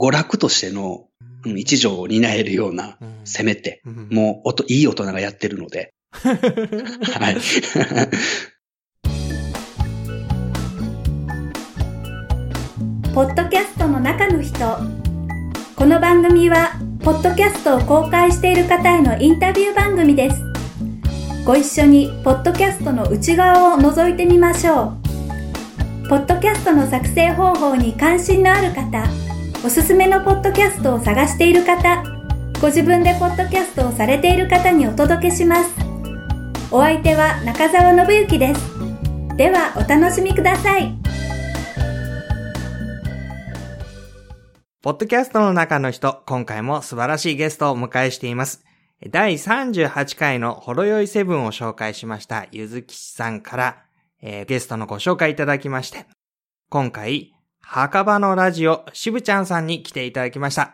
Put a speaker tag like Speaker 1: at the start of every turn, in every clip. Speaker 1: 娯楽としての、うん、一条を担えるような、せめて、もう、音、いい大人がやってるので。はい。
Speaker 2: ポッドキャストの中の人。この番組は、ポッドキャストを公開している方へのインタビュー番組です。ご一緒に、ポッドキャストの内側を覗いてみましょう。ポッドキャストの作成方法に関心のある方、おすすめのポッドキャストを探している方、ご自分でポッドキャストをされている方にお届けします。お相手は中澤信之です。では、お楽しみください。
Speaker 3: ポッドキャストの中の人、今回も素晴らしいゲストをお迎えしています。第38回のほろ酔いセブンを紹介しましたゆずきしさんから、えー、ゲストのご紹介いただきまして、今回、墓場のラジオ、しぶちゃんさんに来ていただきました。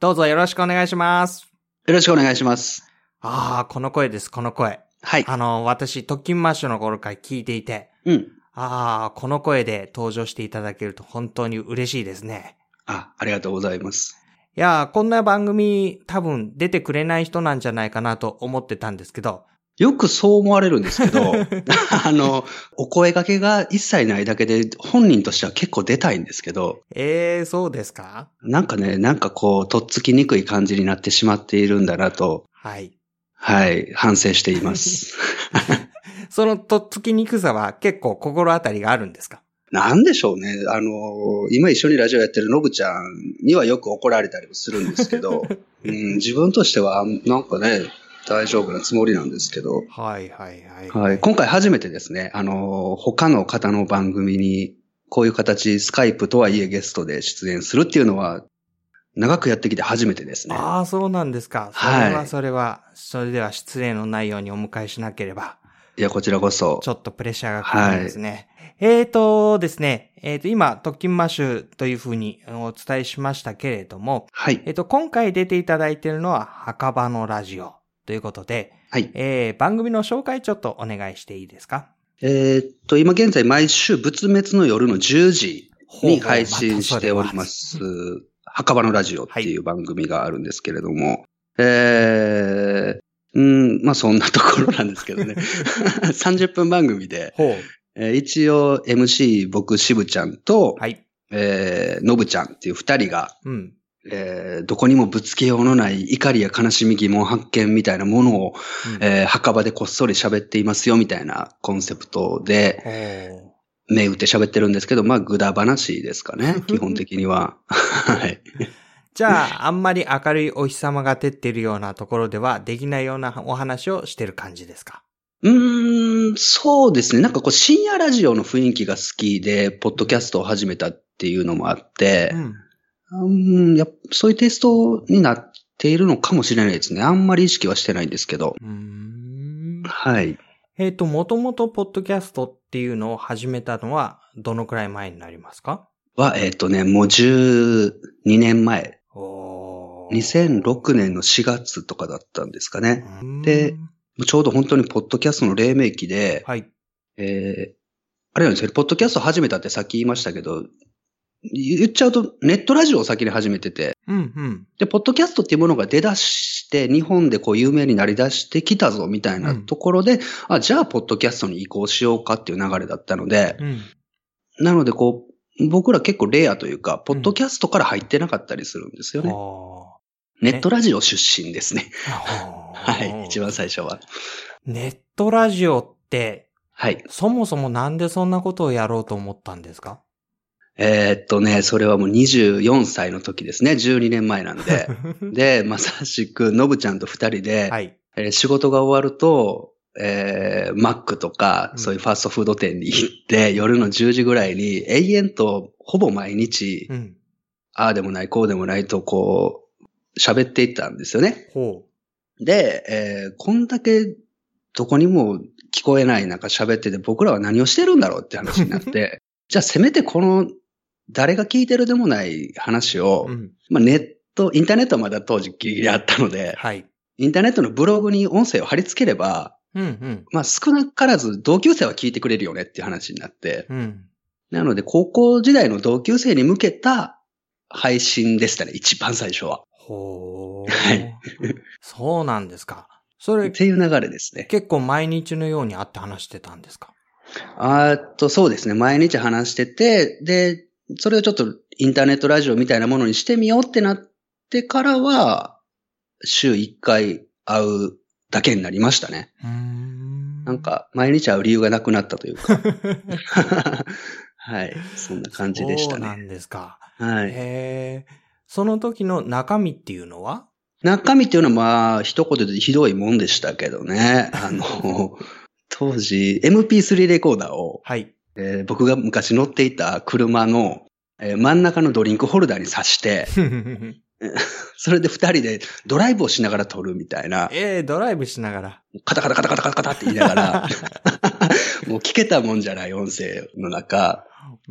Speaker 3: どうぞよろしくお願いします。
Speaker 1: よろしくお願いします。
Speaker 3: ああ、この声です、この声。
Speaker 1: はい。
Speaker 3: あの、私、特勤マッシュの頃から聞いていて、
Speaker 1: うん。
Speaker 3: ああ、この声で登場していただけると本当に嬉しいですね。
Speaker 1: あ、ありがとうございます。
Speaker 3: いやこんな番組多分出てくれない人なんじゃないかなと思ってたんですけど、
Speaker 1: よくそう思われるんですけ ど、あの、お声掛けが一切ないだけで、本人としては結構出たいんですけど。
Speaker 3: ええー、そうですか
Speaker 1: なんかね、なんかこう、とっつきにくい感じになってしまっているんだなと。
Speaker 3: はい。
Speaker 1: はい、反省しています。
Speaker 3: そのとっつきにくさは結構心当たりがあるんですか
Speaker 1: なんでしょうね。あの、今一緒にラジオやってるノブちゃんにはよく怒られたりもするんですけ ど、うん、自分としては、なんかね、大丈夫なつもりなんですけど。
Speaker 3: はいはいはい、
Speaker 1: はい、はい。今回初めてですね、あの、他の方の番組に、こういう形、スカイプとはいえゲストで出演するっていうのは、長くやってきて初めてですね。
Speaker 3: ああ、そうなんですか。それはそれは、はい、それでは失礼のないようにお迎えしなければ。
Speaker 1: いや、こちらこそ。
Speaker 3: ちょっとプレッシャーがかかるんですね。はい、えーとですね、えっ、ー、と、今、特勤マッシュというふうにお伝えしましたけれども、
Speaker 1: はい。
Speaker 3: えっ、と、今回出ていただいているのは、墓場のラジオ。ということで、
Speaker 1: はい。
Speaker 3: えー、番組の紹介ちょっとお願いしていいですか
Speaker 1: えー、っと、今現在毎週仏滅の夜の10時に配信しております、墓場のラジオっていう番組があるんですけれども、はい、えー、うん、まあそんなところなんですけどね。30分番組で、
Speaker 3: ほう
Speaker 1: えー、一応 MC 僕しぶちゃんと、
Speaker 3: はい。
Speaker 1: えー、のぶちゃんっていう二人が、
Speaker 3: うん。
Speaker 1: えー、どこにもぶつけようのない怒りや悲しみ疑問発見みたいなものを、うん、えー、墓場でこっそり喋っていますよみたいなコンセプトで、目打って喋ってるんですけど、まあ、ぐだ話ですかね、基本的には。はい。
Speaker 3: じゃあ、あんまり明るいお日様が照ってるようなところではできないようなお話をしてる感じですか
Speaker 1: うーん、そうですね。なんかこう深夜ラジオの雰囲気が好きで、ポッドキャストを始めたっていうのもあって、
Speaker 3: うん
Speaker 1: うんやそういうテイストになっているのかもしれないですね。あんまり意識はしてないんですけど。
Speaker 3: うん
Speaker 1: はい。
Speaker 3: えっ、ー、と、もともとポッドキャストっていうのを始めたのは、どのくらい前になりますか
Speaker 1: は、えっ、ー、とね、もう12年前。
Speaker 3: お
Speaker 1: 2006年の4月とかだったんですかね。で、ちょうど本当にポッドキャストの黎明期で、
Speaker 3: はい。
Speaker 1: えー、あれなんですよ、ポッドキャスト始めたってさっき言いましたけど、言っちゃうと、ネットラジオを先に始めてて、
Speaker 3: うんうん、
Speaker 1: で、ポッドキャストっていうものが出だして、日本でこう有名になりだしてきたぞ、みたいなところで、うん、あ、じゃあ、ポッドキャストに移行しようかっていう流れだったので、
Speaker 3: うん、
Speaker 1: なので、こう、僕ら結構レアというか、ポッドキャストから入ってなかったりするんですよね。、
Speaker 3: うん
Speaker 1: ネットラジオ出身ですね。はい、一番最初は。
Speaker 3: ネットラジオって、
Speaker 1: はい。
Speaker 3: そもそもなんでそんなことをやろうと思ったんですか
Speaker 1: えー、っとね、それはもう24歳の時ですね。12年前なん で。で、まさしく、のぶちゃんと二人で、
Speaker 3: はい、
Speaker 1: えー、仕事が終わると、えー、マックとか、そういうファーストフード店に行って、うん、夜の10時ぐらいに、永遠と、ほぼ毎
Speaker 3: 日、うん、
Speaker 1: ああでもない、こうでもないと、こう、喋っていったんですよね。で、えー、こんだけ、どこにも聞こえない中喋ってて、僕らは何をしてるんだろうって話になって、 じゃあせめてこの誰が聞いてるでもない話を、
Speaker 3: うん、
Speaker 1: まあ、ネット、インターネットはまだ当時ギリギリあったので、
Speaker 3: はい、
Speaker 1: インターネットのブログに音声を貼り付ければ、
Speaker 3: うんうん、
Speaker 1: まあ少なからず同級生は聞いてくれるよねっていう話になって、
Speaker 3: うん、
Speaker 1: なので高校時代の同級生に向けた配信でしたね、一番最初は。
Speaker 3: ほー。
Speaker 1: はい。
Speaker 3: そうなんですか。それ
Speaker 1: っ、ていう流れですね。
Speaker 3: 結構毎日のように会って話してたんですか
Speaker 1: あーっと、そうですね。毎日話してて、で、それをちょっとインターネットラジオみたいなものにしてみようってなってからは、週1回会うだけになりましたね。
Speaker 3: うーん
Speaker 1: なん、か、毎日会う理由がなくなったという か。はい。そんな感じでした
Speaker 3: そうな
Speaker 1: ね。
Speaker 3: んですか。
Speaker 1: はい。
Speaker 3: へえ。その時の中身っていうのは
Speaker 1: 中身っていうのはまあ、一言でひどいもんでしたけど ね。あの、当時、MP3 レコーダーを、
Speaker 3: はい。
Speaker 1: えー僕が昔乗っていた車の、えー真ん中のドリンクホルダーに挿して、それで二人でドライブをしながら撮るみたいな、
Speaker 3: えー、ドライブしながら。
Speaker 1: カタカタカタカタカタカタって言いながら、 もう聞けたもんじゃない音声の中、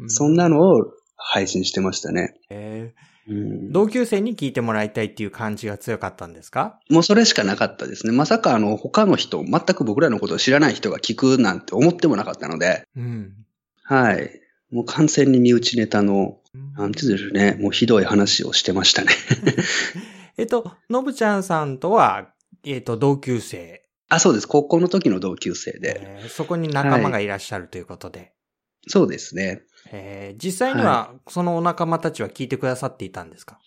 Speaker 1: そんなのを配信してましたね。
Speaker 3: えー
Speaker 1: うん
Speaker 3: 同級生に聞いてもらいたいっていう感じが強かったんですか
Speaker 1: もうそれしかなかったですね。まさかあの他の人、全く僕らのことを知らない人が聞くなんて思ってもなかったので、
Speaker 3: うん。
Speaker 1: はい。もう完全に身内ネタの、なんて言うんでしょうね、もうひどい話をしてましたね。
Speaker 3: えっと、のぶちゃんさんとは、えっと、同級生
Speaker 1: あ、そうです。高校の時の同級生で。
Speaker 3: えーそこに仲間がいらっしゃるということで。
Speaker 1: そうですね。
Speaker 3: えー実際には、そのお仲間たちは聞いてくださっていたんですか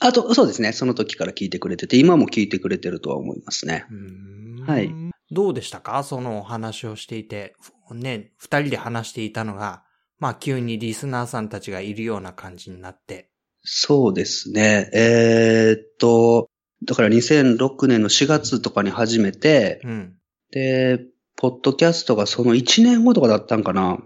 Speaker 1: あと、そうですね。その時から聞いてくれてて、今も聞いてくれてるとは思いますね。
Speaker 3: うーん
Speaker 1: はい。
Speaker 3: どうでしたかそのお話をしていて、ふね、二人で話していたのが、まあ急にリスナーさんたちがいるような感じになって。
Speaker 1: そうですね。えーっと、だから2006年の4月とかに始めて、
Speaker 3: うん。
Speaker 1: で、ポッドキャストがその1年後とかだったんかな。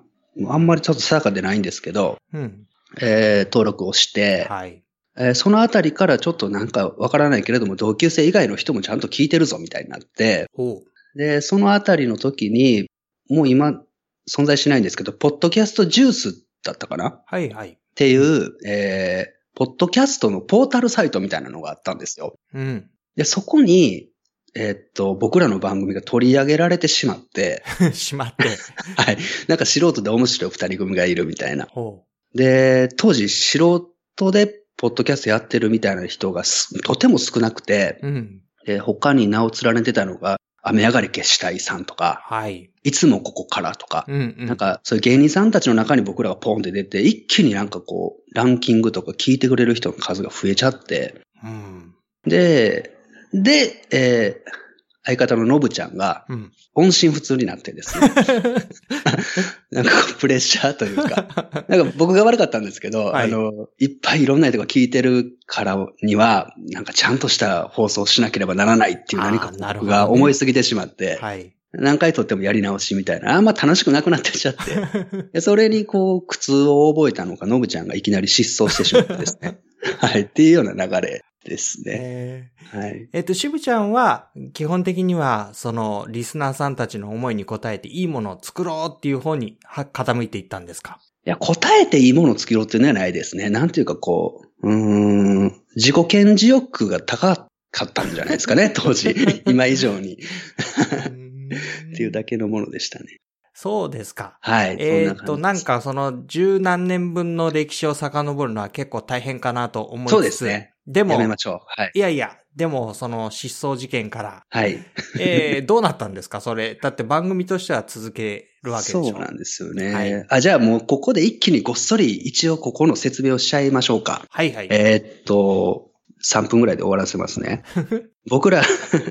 Speaker 1: あんまりちょっと定かでないんですけど、
Speaker 3: うん。
Speaker 1: えー登録をして、
Speaker 3: はい。
Speaker 1: えーそのあたりからちょっとなんかわからないけれども、同級生以外の人もちゃんと聞いてるぞみたいになって、
Speaker 3: おう。
Speaker 1: で、そのあたりの時に、もう今存在しないんですけど、ポッドキャストジュースだったかなっ
Speaker 3: はいはい。
Speaker 1: ていう、えー、ポッドキャストのポータルサイトみたいなのがあったんですよ。
Speaker 3: うん。
Speaker 1: で、そこに、えーっと、僕らの番組が取り上げられてしまって、
Speaker 3: しまって。
Speaker 1: はい。なんか素人で面白い二人組がいるみたいな。
Speaker 3: ほ
Speaker 1: で、当時素人でポッドキャストやってるみたいな人がすとても少なくて、
Speaker 3: う。うん。
Speaker 1: で他に名を連ねてたのが、雨上がり消したいさんとか、
Speaker 3: はい。
Speaker 1: いつもここからとか、
Speaker 3: うんうん。
Speaker 1: なん、か、そういう芸人さんたちの中に僕らがポンって出て、一気になんかこう、ランキングとか聞いてくれる人の数が増えちゃって、
Speaker 3: うん。
Speaker 1: で、で、えー相方のノブちゃんが、
Speaker 3: うん。
Speaker 1: 音信不通になってです ね。なんかこう、プレッシャーというか、なんか僕が悪かったんですけど、
Speaker 3: は
Speaker 1: あ
Speaker 3: い
Speaker 1: の、いっぱいいろんな人が聞いてるからには、なんかちゃんとした放送をしなければならないっていう何か
Speaker 3: あーなるほ
Speaker 1: 僕
Speaker 3: どね
Speaker 1: が思いすぎてしまって、
Speaker 3: はい。
Speaker 1: 何回撮ってもやり直しみたいな、あんま楽しくなくなってきちゃって、 でそれにこう、苦痛を覚えたのか、ノブちゃんがいきなり失踪してしまってです ね。はい、っていうような流れですね。
Speaker 3: えー
Speaker 1: はい。
Speaker 3: えっと、しぶちゃんは、基本的には、その、リスナーさんたちの思いに応えて、いいものを作ろうっていう方に、は、傾いていったんで すか
Speaker 1: いや、答えていいものを作ろうっていうのはないですね。なんていうかこう、うーん、自己顕示欲が高かったんじゃないですか ね、当時。今以上に。っていうだけのものでしたね。
Speaker 3: そうですか。
Speaker 1: はい。
Speaker 3: え
Speaker 1: そ
Speaker 3: ー
Speaker 1: ん
Speaker 3: っと、
Speaker 1: な感じ
Speaker 3: なん
Speaker 1: です
Speaker 3: か、その、十何年分の歴史を遡るのは結構大変かなと思いつつ
Speaker 1: そうですね。
Speaker 3: でも
Speaker 1: や、めましょう。はい。
Speaker 3: いやいや、でも、その、失踪事件から、
Speaker 1: はい。
Speaker 3: えー、どうなったんですかそれ。だって番組としては続けるわけでしょ。
Speaker 1: そうなんですよね。
Speaker 3: はい
Speaker 1: あ、じゃあもうここで一気にごっそり一応ここの説明をしちゃいましょうか。
Speaker 3: はいはい。
Speaker 1: えーっと、3分ぐらいで終わらせます ね。僕ら、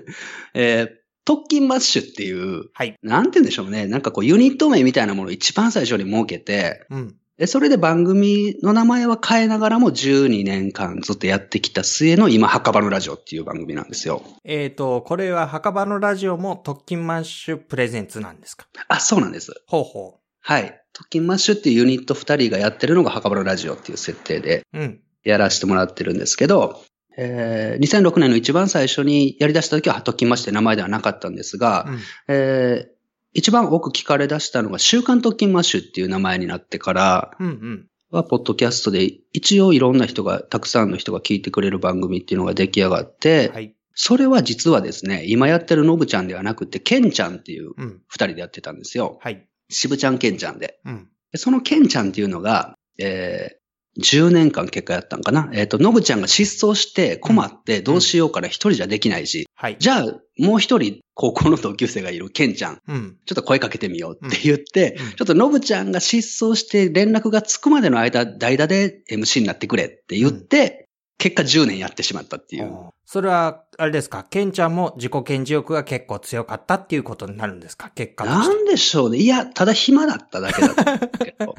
Speaker 1: えー特勤マッシュっていう、
Speaker 3: はい。
Speaker 1: なんて言うんでしょうね。なんかこうユニット名みたいなものを一番最初に設けて、
Speaker 3: うん。
Speaker 1: でそれで番組の名前は変えながらも12年間ずっとやってきた末の今、墓場のラジオっていう番組なんですよ。
Speaker 3: えーっと、これは、墓場のラジオも、特勤マッシュプレゼンツなんですか
Speaker 1: あ、そうなんです。
Speaker 3: ほうほ
Speaker 1: はい。特勤マッシュっていうユニット2人がやってるのが墓場のラジオっていう設定で
Speaker 3: う。うん。
Speaker 1: やらせてもらってるんですけど、えー2006年の一番最初にやり出した時は特勤マッシュって名前ではなかったんですが、
Speaker 3: うん
Speaker 1: えー一番多く聞かれ出したのが週刊特勤マッシュっていう名前になってから
Speaker 3: うんうん。
Speaker 1: は、ポッドキャストで一応いろんな人が、たくさんの人が聞いてくれる番組っていうのが出来上がって、
Speaker 3: はい。
Speaker 1: それは実はですね、今やってるノブちゃんではなくて、ケンちゃんっていう
Speaker 3: うん。
Speaker 1: 二人でやってたんですよ。
Speaker 3: はい。
Speaker 1: 渋ちゃんケンちゃんで。
Speaker 3: うん。
Speaker 1: でそのケンちゃんっていうのが、えー10年間結果やったんかな。えっ、と、ノブちゃんが失踪して困ってどうしようから一人じゃできないし、
Speaker 3: はい。
Speaker 1: じゃあもう一人高校の同級生がいるケンちゃん、
Speaker 3: うん。
Speaker 1: ちょっと声かけてみようって言って、
Speaker 3: うんうん
Speaker 1: ちょっとノブちゃんが失踪して連絡がつくまでの間、代打で MC になってくれって言って、結果10年やってしまったっていう。
Speaker 3: おーそれは、あれですか、ケンちゃんも自己顕示欲が結構強かったっていうことになるんですか結果と
Speaker 1: な
Speaker 3: して。
Speaker 1: んでしょうね。いや、ただ暇だっただけだったんですけ ど。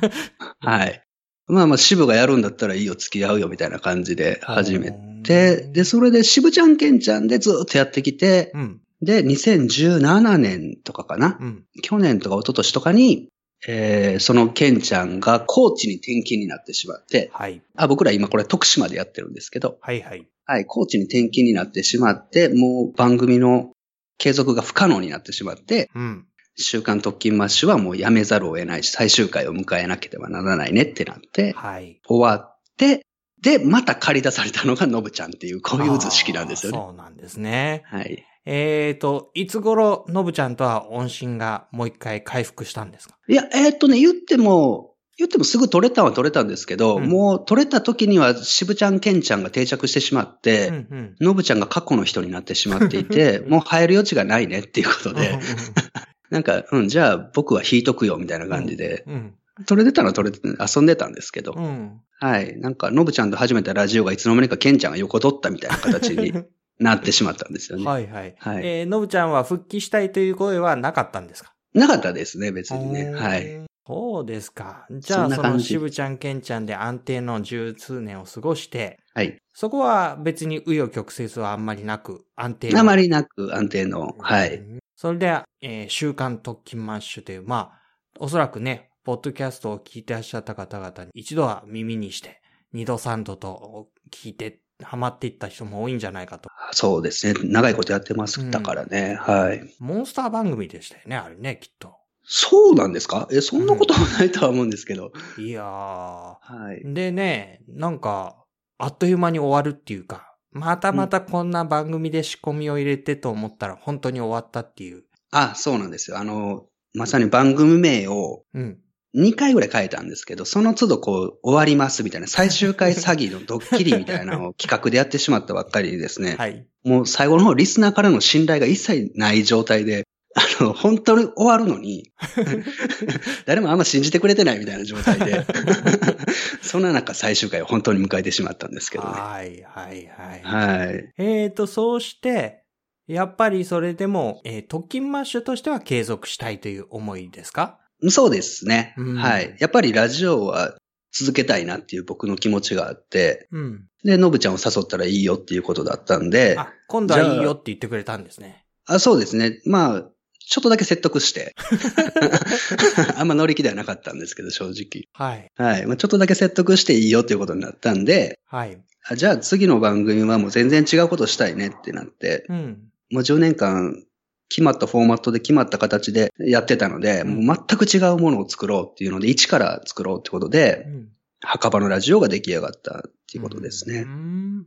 Speaker 1: はい。まあまあ、渋がやるんだったらいいよ、付き合うよみたいな感じで始めて、で、それで渋ちゃん、ケンちゃんでずっとやってきて、
Speaker 3: うん、
Speaker 1: で、2017年とかかな。
Speaker 3: うん、
Speaker 1: 去年とか一昨年とかに、えー、そのケンちゃんが高知に転勤になってしまって、
Speaker 3: はい、
Speaker 1: あ、僕ら今これ徳島でやってるんですけど、
Speaker 3: はい、はい。
Speaker 1: はい、高知に転勤になってしまって、もう番組の継続が不可能になってしまって、
Speaker 3: うん、
Speaker 1: 週刊特勤マッシュはもうやめざるを得ないし、最終回を迎えなければならないねってなって、
Speaker 3: はい。
Speaker 1: 終わって、で、また借り出されたのがノブちゃんっていう、こういう図式なんですよ
Speaker 3: あー
Speaker 1: ね。
Speaker 3: そうなんですね。
Speaker 1: はい。
Speaker 3: えーと、いつ頃、のぶちゃんとは音信がもう一回回復したんですか
Speaker 1: いや、えーっとね、言っても、言ってもすぐ取れたのは取れたんですけど、
Speaker 3: うん
Speaker 1: もう取れた時には渋ちゃん、ケンちゃんが定着してしまっ
Speaker 3: うん、
Speaker 1: て、
Speaker 3: うん。
Speaker 1: ノブちゃんが過去の人になってしまっていて、 もう入る余地がないねっていうことで、なんか、うん、じゃあ僕は引いとくよみたいな感じで、
Speaker 3: うん、
Speaker 1: 取れてたのは取れて、遊んでたんですけど、
Speaker 3: うん、うん。
Speaker 1: はい。なんか、ノブちゃんと始めたラジオがいつの間にかケンちゃんが横取ったみたいな形になってしまったんです よね。
Speaker 3: はい、はい。
Speaker 1: はい
Speaker 3: えー、のぶちゃんは復帰したいという声はなかったんですか
Speaker 1: なかったですね、別にね。はい。。
Speaker 3: そうですか。じゃ
Speaker 1: そ
Speaker 3: あ、
Speaker 1: ん
Speaker 3: そ
Speaker 1: な感
Speaker 3: の
Speaker 1: じ
Speaker 3: 渋ちゃん、ケンちゃんで安定の十数年を過ごして、
Speaker 1: はい。
Speaker 3: そこは別に紆余曲折はあんまりなく、安定の。
Speaker 1: あまりなく安定の、は
Speaker 3: う
Speaker 1: い。
Speaker 3: ん。それで、えー週刊特勤マッシュという、まあ、おそらくね、ポッドキャストを聞いてらっしゃった方々に一度は耳にして、二度三度と聞いて、ハマっていった人も多いんじゃないかと。
Speaker 1: そうですね。長いことやってま
Speaker 3: うん
Speaker 1: す。だからね。はい。
Speaker 3: モンスター番組でしたよね、あれね、きっと。
Speaker 1: そうなんですかえ、そんなこともないとは思うんですけど。
Speaker 3: いやー。
Speaker 1: はい。
Speaker 3: でね、なんか、あっという間に終わるっていうか、またまたこんな番組で仕込みを入れてと思ったら本当に終わったっていう。
Speaker 1: あ、そうなんですよ。あの、まさに番組名を
Speaker 3: うん。
Speaker 1: 2回ぐらい変えたんですけど、その都度こう、終わりますみたいな、最終回詐欺のドッキリみたいなのを企画でやってしまったばっかりですね。
Speaker 3: はい。
Speaker 1: もう最後の方、リスナーからの信頼が一切ない状態で、あの、本当に終わるの に、誰もあんま信じてくれてないみたいな状態 で、そんな中最終回を本当に迎えてしまったんですけどね。
Speaker 3: はい、はい、はい。
Speaker 1: はい。
Speaker 3: えーと、そうして、やっぱりそれでも、えー特勤マッシュとしては継続したいという思いですか
Speaker 1: そうですね、
Speaker 3: うん
Speaker 1: はい。やっぱりラジオは続けたいなっていう僕の気持ちがあって、
Speaker 3: うん。
Speaker 1: で、のぶちゃんを誘ったらいいよっていうことだったんで、あ
Speaker 3: あ、今度はいい
Speaker 1: じゃ
Speaker 3: よ
Speaker 1: あ
Speaker 3: って言ってくれたんですね。
Speaker 1: そうですね。まあ、ちょっとだけ説得 して。 あんま乗り気ではなかったんですけど、正直。
Speaker 3: はい、
Speaker 1: はい。まあ、ちょっとだけ説得していいよっていうことになったんで、
Speaker 3: はい。
Speaker 1: あじゃあ次の番組はもう全然違うことしたいねってなって、
Speaker 3: うん。
Speaker 1: もう10年間決まったフォーマットで決まった形でやってたので、
Speaker 3: うん
Speaker 1: もう全く違うものを作ろうっていうので、一から作ろうってことで、
Speaker 3: うん。
Speaker 1: 墓場のラジオが出来上がったっていうことですね。
Speaker 3: うん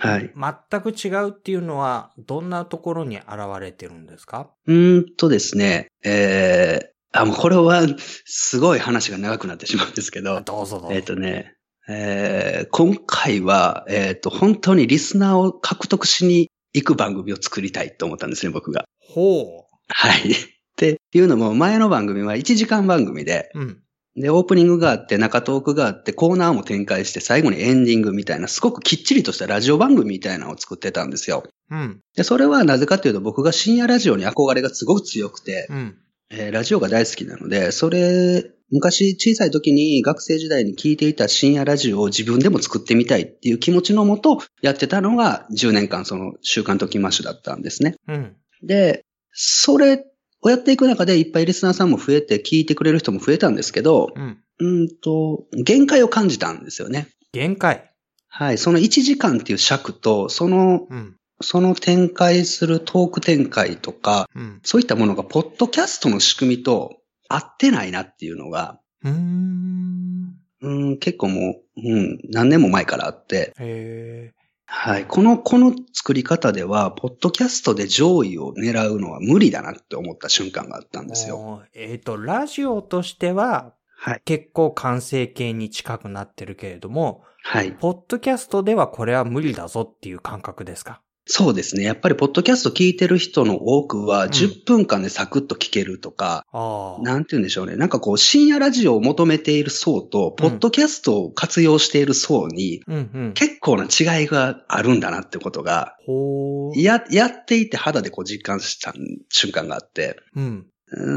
Speaker 1: はい。
Speaker 3: 全く違うっていうのは、どんなところに現れてるんですか
Speaker 1: うーんとですね、えー、あ、もうこれはすごい話が長くなってしまうんですけど、
Speaker 3: どうぞどうぞ。
Speaker 1: えっ、とね、えー今回は、えっ、と、本当にリスナーを獲得しに行く番組を作りたいと思ったんですね、僕が。
Speaker 3: ほ
Speaker 1: はい。 っていうのも、前の番組は1時間番組で、
Speaker 3: う。うん。
Speaker 1: で、オープニングがあって、中トークがあって、コーナーも展開して、最後にエンディングみたいな、すごくきっちりとしたラジオ番組みたいなのを作ってたんですよ。
Speaker 3: うん。
Speaker 1: で、それはなぜかというと、僕が深夜ラジオに憧れがすごく強くて、
Speaker 3: うん。
Speaker 1: えーラジオが大好きなので、それ、昔小さい時に学生時代に聞いていた深夜ラジオを自分でも作ってみたいっていう気持ちのもとやってたのが10年間その週刊ときマッシュだったんですね。
Speaker 3: うん。
Speaker 1: で、それをやっていく中でいっぱいリスナーさんも増えて聞いてくれる人も増えたんですけど、
Speaker 3: うん。
Speaker 1: うんと、限界を感じたんですよね。
Speaker 3: 限界。
Speaker 1: はい。その1時間っていう尺と、その、
Speaker 3: うん。
Speaker 1: その展開するトーク展開とか、
Speaker 3: うん。
Speaker 1: そういったものが、ポッドキャストの仕組みと合ってないなっていうのが、
Speaker 3: うーん。
Speaker 1: うん、結構もう、うん、何年も前からあって、
Speaker 3: へえ。
Speaker 1: はい。この、この作り方では、ポッドキャストで上位を狙うのは無理だなって思った瞬間があったんですよ。
Speaker 3: おーえっ、と、ラジオとしては、
Speaker 1: はい。
Speaker 3: 結構完成形に近くなってるけれども、
Speaker 1: はい。
Speaker 3: ポッドキャストではこれは無理だぞっていう感覚ですか
Speaker 1: そうですね。やっぱり、ポッドキャスト聞いてる人の多くは、
Speaker 3: ん
Speaker 1: 10分間でサクッと聞けるとか、
Speaker 3: ああ。
Speaker 1: なんて言うんでしょうね。なんかこう、深夜ラジオを求めている層と、ポッドキャストを活用している層に、
Speaker 3: うんうん。
Speaker 1: 結構な違いがあるんだなってことが、
Speaker 3: ほー。
Speaker 1: や、やっていて肌でこう実感した瞬間があって。
Speaker 3: うん。
Speaker 1: うー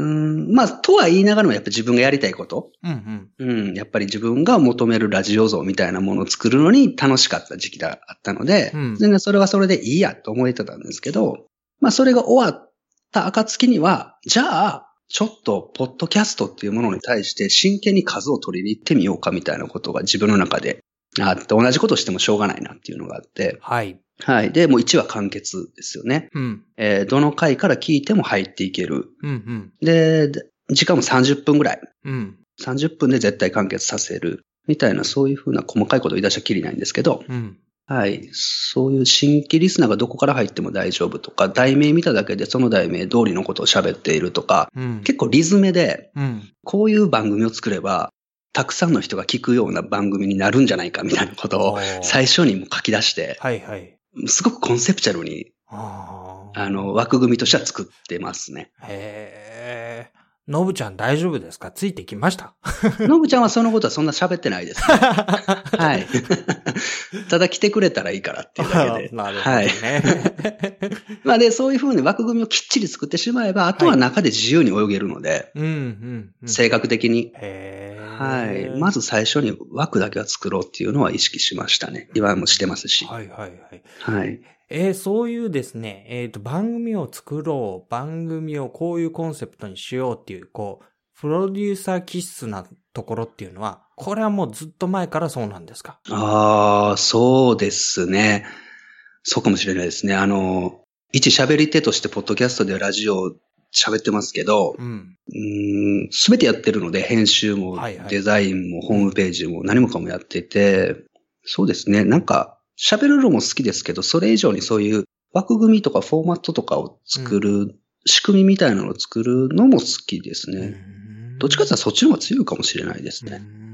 Speaker 1: ん、まあ、とは言いながらもやっぱ自分がやりたいこと。
Speaker 3: うんうん。
Speaker 1: うん、やっぱり自分が求めるラジオ像みたいなものを作るのに楽しかった時期があったので、
Speaker 3: うん
Speaker 1: 全然それはそれでいいやと思えてたんですけど、まあそれが終わった暁には、じゃあ、ちょっと、ポッドキャストっていうものに対して真剣に数を取りに行ってみようかみたいなことが自分の中であって、同じことしてもしょうがないなっていうのがあって、
Speaker 3: はい。
Speaker 1: はい。で、もう1話完結ですよね。
Speaker 3: うん。
Speaker 1: えーどの回から聞いても入っていける。
Speaker 3: うん
Speaker 1: で、で時間も30分ぐらい。
Speaker 3: うん。うん。
Speaker 1: 30分で絶対完結させる。みたいな、そういうふうな細かいことを言い出しゃきりないんですけど、
Speaker 3: うん。
Speaker 1: はい。そういう新規リスナーがどこから入っても大丈夫とか、題名見ただけでその題名通りのことを喋っているとか、
Speaker 3: うん。
Speaker 1: 結構リズムで、
Speaker 3: うん。
Speaker 1: こういう番組を作れば、たくさんの人が聞くような番組になるんじゃないかみたいなこと
Speaker 3: お
Speaker 1: を
Speaker 3: ー
Speaker 1: 最初にもう書き出して、
Speaker 3: はいはい。
Speaker 1: すごくコンセプチャルに、
Speaker 3: ああ。
Speaker 1: あの、枠組みとしては作ってますね。
Speaker 3: へえ。のぶちゃん大丈夫ですかついてきました
Speaker 1: のぶちゃんはそのことはそんな喋ってないです。はい。ただ来てくれたらいいからっていうだけで。
Speaker 3: なるほど
Speaker 1: はい。
Speaker 3: ね。
Speaker 1: まあで、そういうふうに枠組みをきっちり作ってしまえば、あとは中で自由に泳げるので、
Speaker 3: うんうんうん。
Speaker 1: 性格的に。
Speaker 3: へえ。
Speaker 1: はい。まず最初に枠だけは作ろうっていうのは意識しましたね。今もしてますし。
Speaker 3: はいはいはい。
Speaker 1: はい。
Speaker 3: えーそういうですね、えっ、と、番組を作ろう、番組をこういうコンセプトにしようっていう、こう、プロデューサー気質なところっていうのは、これはもうずっと前からそうなんですか
Speaker 1: ああ、そうですね。そうかもしれないですね。あの、一喋り手として、ポッドキャストでラジオを喋ってますけど、
Speaker 3: うん。
Speaker 1: すべてやってるので、編集も
Speaker 3: はいはい
Speaker 1: デザインもホームページも何もかもやってて、そうですね、なんか喋るのも好きですけど、それ以上にそういう枠組みとかフォーマットとかを作る、仕組みみたいなのを作るのも好きですね。どっちかっていうとそっちの方が強いかもしれないですね。
Speaker 3: うん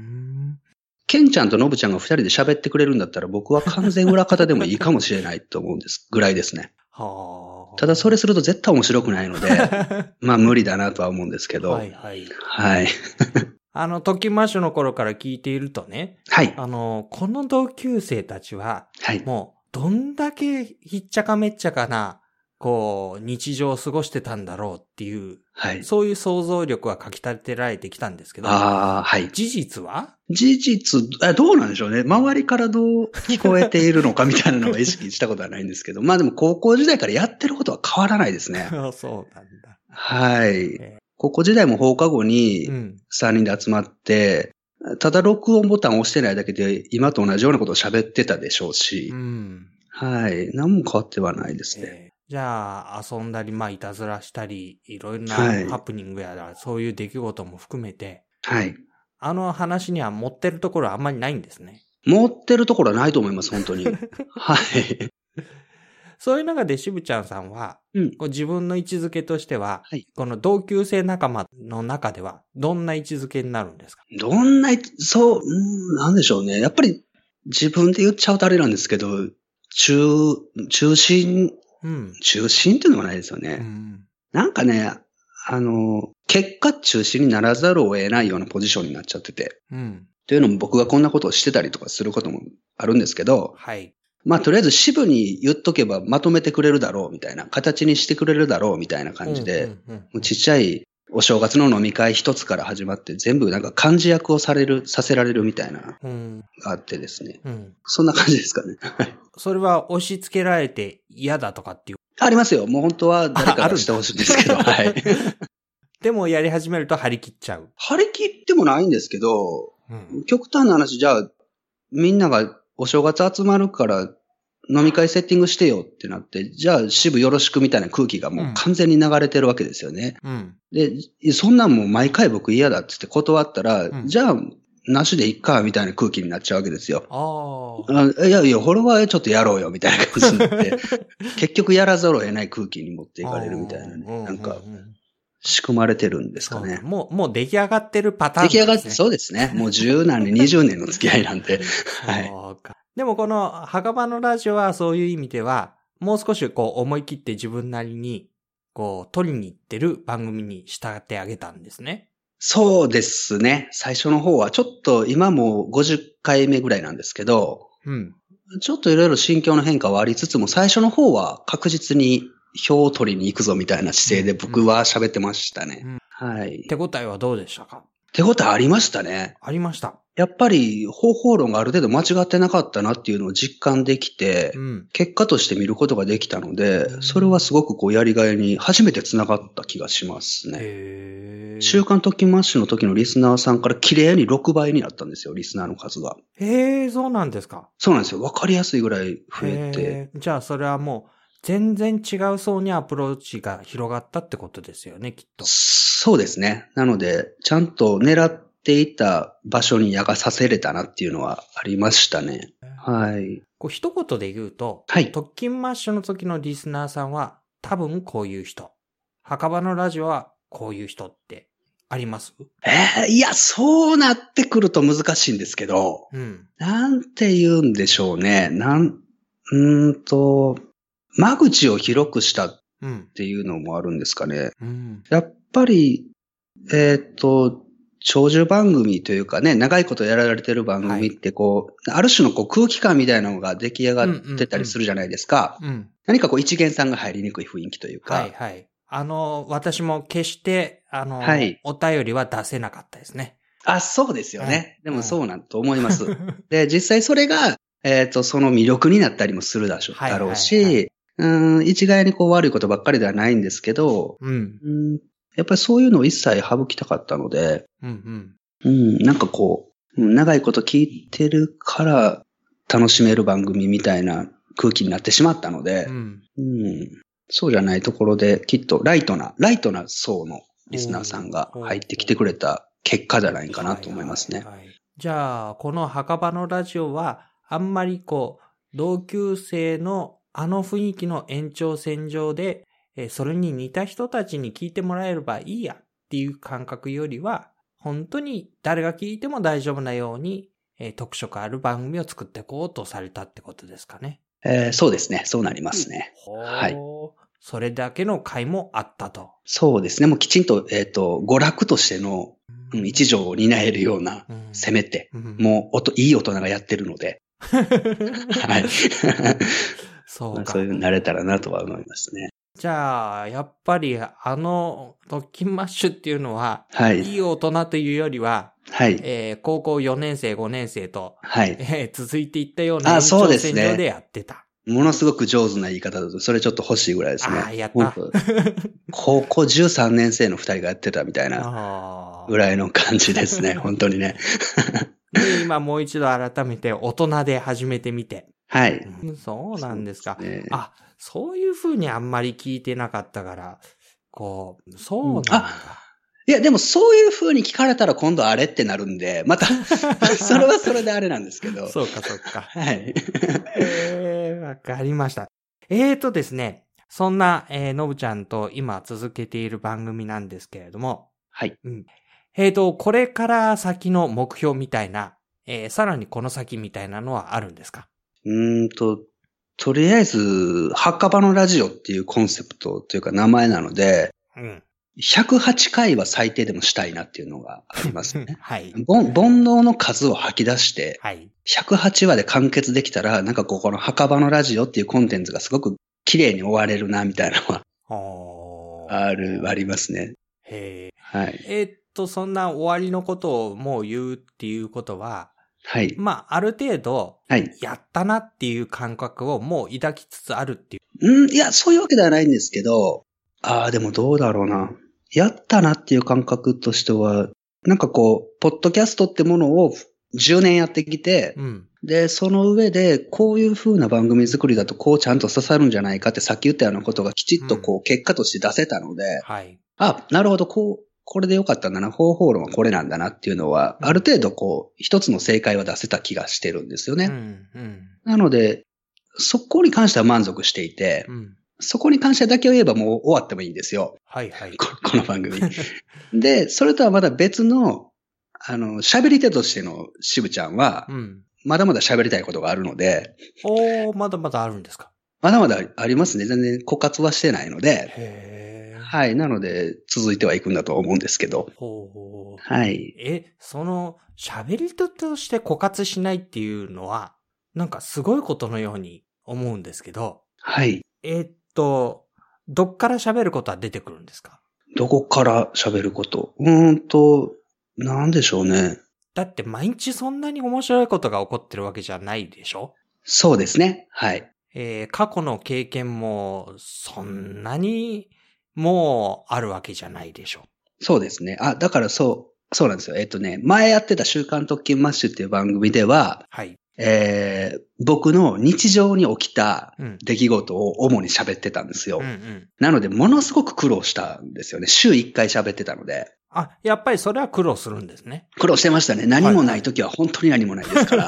Speaker 1: ケンちゃんとノブちゃんが二人で喋ってくれるんだったら僕は完全裏方でもいいかもしれないと思うんです。ぐらいです ね。
Speaker 3: はあ。
Speaker 1: ただそれすると絶対面白くないの で、
Speaker 3: は
Speaker 1: まあ無理だなとは思うんですけど。
Speaker 3: い はい。
Speaker 1: はい。
Speaker 3: あの、トキマッシュの頃から聞いているとね、
Speaker 1: はい。
Speaker 3: あの、この同級生たちは、
Speaker 1: はい。
Speaker 3: もう、どんだけひっちゃかめっちゃかな、こう、日常を過ごしてたんだろうっていう、
Speaker 1: はい。
Speaker 3: そういう想像力はかき立てられてきたんですけど、
Speaker 1: ああ、はい。
Speaker 3: 事実は
Speaker 1: 事実、あどうなんでしょうね。周りからどう聞こえているのかみたいなのは意識したことはないんですけど。まあ でも高校時代からやってることは変わらないですね。
Speaker 3: そうなんだ。
Speaker 1: はい
Speaker 3: え。
Speaker 1: 高校時代も放課後に
Speaker 3: うん。
Speaker 1: 3人で集まって、ただ録音ボタンを押してないだけで今と同じようなことを喋ってたでしょうし
Speaker 3: う、ん。
Speaker 1: はい。何も変わってはないですね。
Speaker 3: えーじゃあ、遊んだり、まあ、いたずらしたり、いろいろな
Speaker 1: はい
Speaker 3: ハプニングやら、そういう出来事も含めて、
Speaker 1: はい。
Speaker 3: あの話には持ってるところはあんまりないんですね。
Speaker 1: 持ってるところはないと思います、本当 に。はい。
Speaker 3: そういう中で渋ちゃんさんは、
Speaker 1: うん
Speaker 3: こう自分の位置づけとしては、
Speaker 1: はい
Speaker 3: この同級生仲間の中では、どんな位置づけになるんですか
Speaker 1: どんな、そう、うん、なんでしょうね。やっぱり自分で言っちゃうとあれなんですけど、中、中心、
Speaker 3: うん。
Speaker 1: 中心っていうのはないですよ
Speaker 3: う
Speaker 1: ね。
Speaker 3: ん。
Speaker 1: なんかね、あの、結果中心にならざるを得ないようなポジションになっちゃってて。
Speaker 3: うん。
Speaker 1: というのも僕がこんなことをしてたりとかすることもあるんですけど、
Speaker 3: はい。
Speaker 1: まあとりあえず支部に言っとけばまとめてくれるだろうみたいな、形にしてくれるだろうみたいな感じで、
Speaker 3: うんうんうん
Speaker 1: もうちっちゃいお正月の飲み会一つから始まって全部なんか漢字役をされる、させられるみたいな
Speaker 3: うん。
Speaker 1: があってですね。
Speaker 3: うん。
Speaker 1: そんな感じですかね。 はい
Speaker 3: それは押し付けられて嫌だとかっていう。
Speaker 1: ありますよ。もう本当は誰
Speaker 3: ああ
Speaker 1: かが
Speaker 3: るんだ
Speaker 1: してほしいんです けど、はい。
Speaker 3: でもやり始めると張り切っちゃう。
Speaker 1: 張り切ってもないんですけど、
Speaker 3: うん。
Speaker 1: 極端な話、じゃあ、みんながお正月集まるから飲み会セッティングしてよってなって、じゃあ支部よろしくみたいな空気がもう完全に流れてるわけですよね。
Speaker 3: うん。
Speaker 1: で、そんなんもう毎回僕嫌だっつって断ったら、
Speaker 3: うん
Speaker 1: じゃあ、なしでいっか、みたいな空気になっちゃうわけですよ。
Speaker 3: ああ。
Speaker 1: あいやいや、これはちょっとやろうよ、みたいな 感じになって、結局やらざるを得ない空気に持っていかれるみたいなね。なんか、
Speaker 3: うん
Speaker 1: 仕組まれてるんですかね。
Speaker 3: もう、もう出来上がってるパターン、
Speaker 1: 出来上がって、そうですね。もう10何年、20年の付き合いなん で。はい。
Speaker 3: でもこの墓場のラジオはそういう意味では、もう少しこう思い切って自分なりに、こう取りに行ってる番組に従ってあげたんですね。
Speaker 1: そうですね。最初の方は、ちょっと今も50回目ぐらいなんですけど、
Speaker 3: うん。
Speaker 1: ちょっといろいろ心境の変化はありつつも、最初の方は確実に票を取りに行くぞみたいな姿勢で僕は喋ってましたね。うんうん、はい。
Speaker 3: 手応えはどうでしたか
Speaker 1: 手応えありましたね。
Speaker 3: ありました。
Speaker 1: やっぱり方法論がある程度間違ってなかったなっていうのを実感できて、うん、結果として見ることができたので、うん、それはすごくこうやりがいに初めて繋がった気がしますね。
Speaker 3: へ
Speaker 1: 週刊ときまッシュの時のリスナーさんから綺麗に6倍になったんですよ、リスナーの数が。
Speaker 3: へえ、そうなんですか。
Speaker 1: そうなんですよ。わかりやすいぐらい増え
Speaker 3: て。じゃあそれはもう、全然違う層にアプローチが広がったってことですよね、きっと。
Speaker 1: そうですね。なので、ちゃんと狙っていた場所にやがさせれたなっていうのはありましたね。はい。
Speaker 3: こう一言で言うと、
Speaker 1: はい。
Speaker 3: 特勤マッシュの時のリスナーさんは、多分こういう人。墓場のラジオはこういう人ってあります
Speaker 1: えー、いや、そうなってくると難しいんですけど、
Speaker 3: うん。
Speaker 1: なんて言うんでしょうね。なん、うんと、間口を広くしたっていうのもあるんですかね。
Speaker 3: うん、
Speaker 1: やっぱり、えっ、ー、と、長寿番組というかね、長いことやられてる番組ってこう、はい、ある種のこう空気感みたいなのが出来上がってたりするじゃないですか。
Speaker 3: うんうんうん、
Speaker 1: 何かこう一元さんが入りにくい雰囲気というか。
Speaker 3: はいはい。あの、私も決して、あの、はい、お便りは出せなかったですね。
Speaker 1: あ、そうですよね。でもそうなんと思います。 で、実際それが、えっ、ー、と、その魅力になったりもするだしょ、はいはいはい、だろうし、うん、一概にこう悪いことばっかりではないんですけ、
Speaker 3: ど、うん、うん
Speaker 1: やっぱりそういうのを一切省きたかったので、
Speaker 3: うん
Speaker 1: うん、うん、なんかこう、長いこと聞いてるから楽しめる番組みたいな空気になってしまったので、
Speaker 3: うん、
Speaker 1: うん、そうじゃないところできっとライトな、ライトな層のリスナーさんが入ってきてくれた結果じゃないかなと思いますね。
Speaker 3: はいはいはい、じゃあ、この墓場のラジオは、あんまりこう、同級生のあの雰囲気の延長線上で、えそれに似た人たちに聞いてもらえればいいやっていう感覚よりは、本当に誰が聞いても大丈夫なように、え特色ある番組を作っていこうとされたってことですかね。
Speaker 1: えー、そうですね。そうなりますね。はい。
Speaker 3: それだけの回もあったと。
Speaker 1: そうですね。もうきちんと、えっ、ー、と、娯楽としての、うん、一条を担えるような、うん、せめて、うん、もう、音、いい大人がやってるので。はい。
Speaker 3: そうか。
Speaker 1: そういうなれたらなとは思いますね。
Speaker 3: じゃあ、やっぱり、あの、ドッキンマッシュっていうのは、
Speaker 1: はい。
Speaker 3: いい大人というよりは、
Speaker 1: はい。
Speaker 3: えー、高校4年生、5年生と、
Speaker 1: はい。
Speaker 3: えー、続いていったような、あ、そうですね。でやってた。
Speaker 1: ものすごく上手な言い方だと、それちょっと欲しいぐらいですね。
Speaker 3: ああ、やった。
Speaker 1: 高校13年生の2人がやってたみたいな、ぐらいの感じです ね、本当にね。
Speaker 3: で、今もう一度改めて大人で始めてみて。
Speaker 1: はい。
Speaker 3: うん、そうなんですかです、ね。あ、そういうふうにあんまり聞いてなかったから、こう、そうなんだ。
Speaker 1: いや、でもそういうふうに聞かれたら今度あれってなるんで、 またそれはそれであれなんですけど。
Speaker 3: そうか、そうか。
Speaker 1: はい。
Speaker 3: えー、わかりました。えーとですね、そんな、えー、のぶちゃんと今続けている番組なんですけれども。
Speaker 1: はい。
Speaker 3: うん。えーと、これから先の目標みたいな、えー、さらにこの先みたいなのはあるんですか
Speaker 1: うんと、とりあえず、墓場のラジオっていうコンセプトというか名前なので、
Speaker 3: うん、
Speaker 1: 108回は最低でもしたいなっていうのがあります ね。
Speaker 3: はい。
Speaker 1: 煩悩の数を吐き出して、
Speaker 3: はい、
Speaker 1: 108話で完結できたら、なんかここの墓場のラジオっていうコンテンツがすごく綺麗に終われるな、みたいなのは、ある、ありますね。
Speaker 3: へ
Speaker 1: はい。
Speaker 3: えー、っと、そんな終わりのことをもう言うっていうことは、
Speaker 1: はい。
Speaker 3: まあ、ある程度、
Speaker 1: はい。。
Speaker 3: やったなっていう感覚をもう抱きつつあるっていう
Speaker 1: うん、いや、そういうわけではないんですけど、ああ、でもどうだろうな。やったなっていう感覚としては、なんかこう、ポッドキャストってものを10年やってきて、
Speaker 3: うん、
Speaker 1: で、その上で、こういう風な番組作りだと、こうちゃんと刺さるんじゃないかって、さっき言ったようなことがきちっとこう、結果として出せたので、うん、
Speaker 3: はい。
Speaker 1: あ、なるほど、こう、これでよかったんだな、方法論はこれなんだなっていうのは、ある程度こう、一つの正解は出せた気がしてるんですよね。
Speaker 3: うんうん、
Speaker 1: なので、そこに関しては満足していて、
Speaker 3: うん、
Speaker 1: そこに関してだけを言えばもう終わってもいいんですよ。
Speaker 3: はいはい。
Speaker 1: こ この番 組。で、それとはまだ別の、あの、喋り手としての渋ちゃんは、
Speaker 3: うん。
Speaker 1: まだまだ喋りたいことがあるので、
Speaker 3: おー、まだまだあるんですか。
Speaker 1: まだまだありますね。全然枯渇はしてないので、
Speaker 3: へー。
Speaker 1: はい。なので、続いてはいくんだと思うんですけど、
Speaker 3: ほうほう。
Speaker 1: はい。
Speaker 3: え、その、喋り手として枯渇しないっていうのは、なんかすごいことのように思うんですけど、
Speaker 1: はい。
Speaker 3: えっと、どっから喋ることは出てくるんですか
Speaker 1: どこから喋ることうーんと、なんでしょうね。
Speaker 3: だって毎日そんなに面白いことが起こってるわけじゃないでしょ
Speaker 1: そうですね。はい。
Speaker 3: えー過去の経験もそんなにもうあるわけじゃないでしょ
Speaker 1: そうですね。あ、だからそう、そうなんですよ。えっとね、前やってた週刊特勤マッシュっていう番組では、
Speaker 3: はい。
Speaker 1: えー僕の日常に起きた
Speaker 3: うん。
Speaker 1: 出来事を主に喋ってたんですよ。
Speaker 3: うんうん。
Speaker 1: なので、ものすごく苦労したんですよね。週1回喋ってたので。
Speaker 3: あ、やっぱりそれは苦労するんですね。
Speaker 1: 苦労してましたね。何もない時は本当に何もないです から。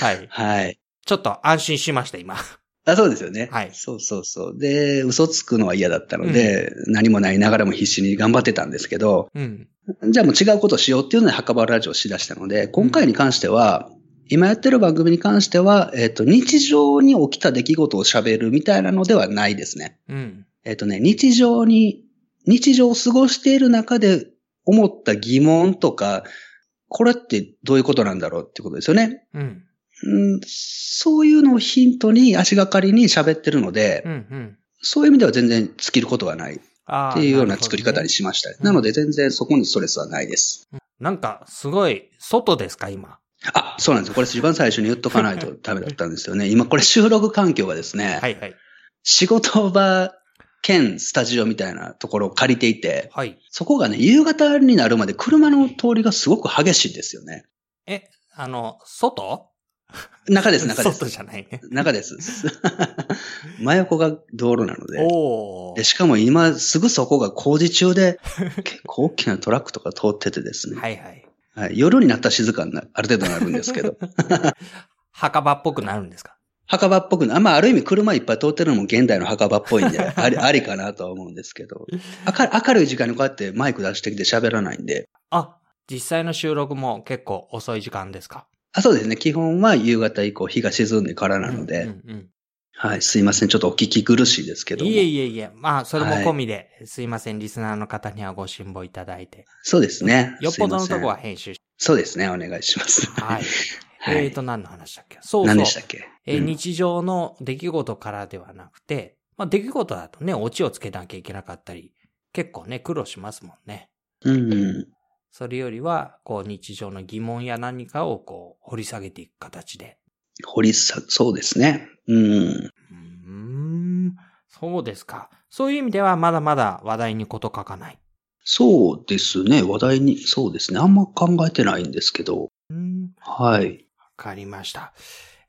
Speaker 3: はい。
Speaker 1: はい。
Speaker 3: ちょっと安心しました、今。
Speaker 1: あそうですよね。
Speaker 3: はい
Speaker 1: そうそうそう。で、嘘つくのは嫌だったので、何もないながらも必死に頑張ってたんですけど、
Speaker 3: うん。
Speaker 1: じゃあもう違うことしようっていうので、墓場ラジオをしだしたので、今回に関しては、今やってる番組に関しては、えっ、と、日常に起きた出来事を喋るみたいなのではないですね。
Speaker 3: うん。
Speaker 1: えっ、とね、日常に、日常を過ごしている中で思った疑問とか、これってどういうことなんだろうってことですよね。
Speaker 3: うん。
Speaker 1: うん、そういうのをヒントに足がかりに喋ってるので、
Speaker 3: うん。うん。
Speaker 1: そういう意味では全然尽きることはないっ
Speaker 3: あー
Speaker 1: ていうような作り方に
Speaker 3: なるほどね
Speaker 1: しました。
Speaker 3: うん
Speaker 1: なので全然そこにストレスはないです。
Speaker 3: なんか、すごい、外ですか、今。
Speaker 1: あ、そうなんですよ。これ一番最初に言っとかないとダメだったんですよね。今これ収録環境がですね、
Speaker 3: はいはい。
Speaker 1: 仕事場兼スタジオみたいなところを借りていて、
Speaker 3: はい。
Speaker 1: そこがね、夕方になるまで車の通りがすごく激しいんですよね。
Speaker 3: え、あの、外
Speaker 1: 中です、中で
Speaker 3: 外
Speaker 1: す。
Speaker 3: じゃないね。
Speaker 1: 中です。 真横が道路なので。
Speaker 3: お
Speaker 1: で
Speaker 3: ー。
Speaker 1: しかも今すぐそこが工事中で、結構大きなトラックとか通っててですね。
Speaker 3: はいはい。
Speaker 1: はい、夜になったら静かになある程度なるんですけ ど。
Speaker 3: 墓場っぽくなるんですか
Speaker 1: 墓場っぽくな、あまあ、ある意味車いっぱい通ってるのも現代の墓場っぽいん で、あり、ありかなとは思うんですけど。明る明るい時間にこうやってマイク出してきて喋らないんで。
Speaker 3: あ、実際の収録も結構遅い時間ですか
Speaker 1: あ、そうですね。基本は夕方以降日が沈んでからなので、
Speaker 3: うんうん
Speaker 1: はい、すいません。ちょっとお聞き苦しいですけ
Speaker 3: うん
Speaker 1: ども。
Speaker 3: いえいえいえ、まあ、それも込みで、すいません、リスナーの方にはご辛抱いただいて。
Speaker 1: そうですね。
Speaker 3: よっぽどの
Speaker 1: すいませ
Speaker 3: と
Speaker 1: ん
Speaker 3: こは。編集し
Speaker 1: そうですね。お願いします。
Speaker 3: はい。
Speaker 1: はい
Speaker 3: えーと、何の話だっけそうそう。
Speaker 1: 何でしたっけ
Speaker 3: えー
Speaker 1: うん
Speaker 3: 日常の出来事からではなくて、まあ、出来事だとね、オチをつけなきゃいけなかったり、結構ね、苦労しますもんね。
Speaker 1: うんうん。
Speaker 3: それよりは、こう、日常の疑問や何かをこう、掘り下げていく形で。
Speaker 1: 掘りさ、そうですね。うん。
Speaker 3: うーん、そうですか。そういう意味では、まだまだ話題に事書かない。
Speaker 1: そうですね。話題に、そうですね。あんま考えてないんですけど。
Speaker 3: うーん、
Speaker 1: はい。
Speaker 3: わかりました。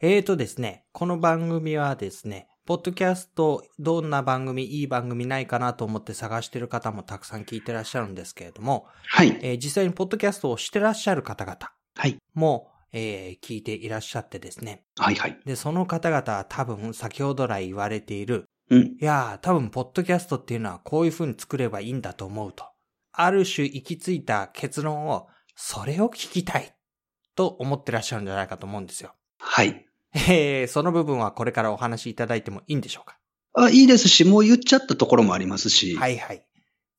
Speaker 3: えーとですね、この番組はですね、ポッドキャスト、どんな番組、いい番組ないかなと思って探してる方もたくさん聞いてらっしゃるんですけれども、
Speaker 1: はい。
Speaker 3: えー実際にポッドキャストをしてらっしゃる方々
Speaker 1: はい。
Speaker 3: も、えー聞いていらっしゃってですね。
Speaker 1: はいはい。
Speaker 3: で、その方々は多分先ほど来言われている、
Speaker 1: うん。
Speaker 3: いやー、多分ポッドキャストっていうのはこういう風に作ればいいんだと思うと。ある種行き着いた結論を、それを聞きたいと思ってらっしゃるんじゃないかと思うんですよ。
Speaker 1: はい。
Speaker 3: えー、その部分はこれからお話しいただいてもいいんでしょうか
Speaker 1: あ、いいですし、もう言っちゃったところもありますし。。
Speaker 3: はいいはい。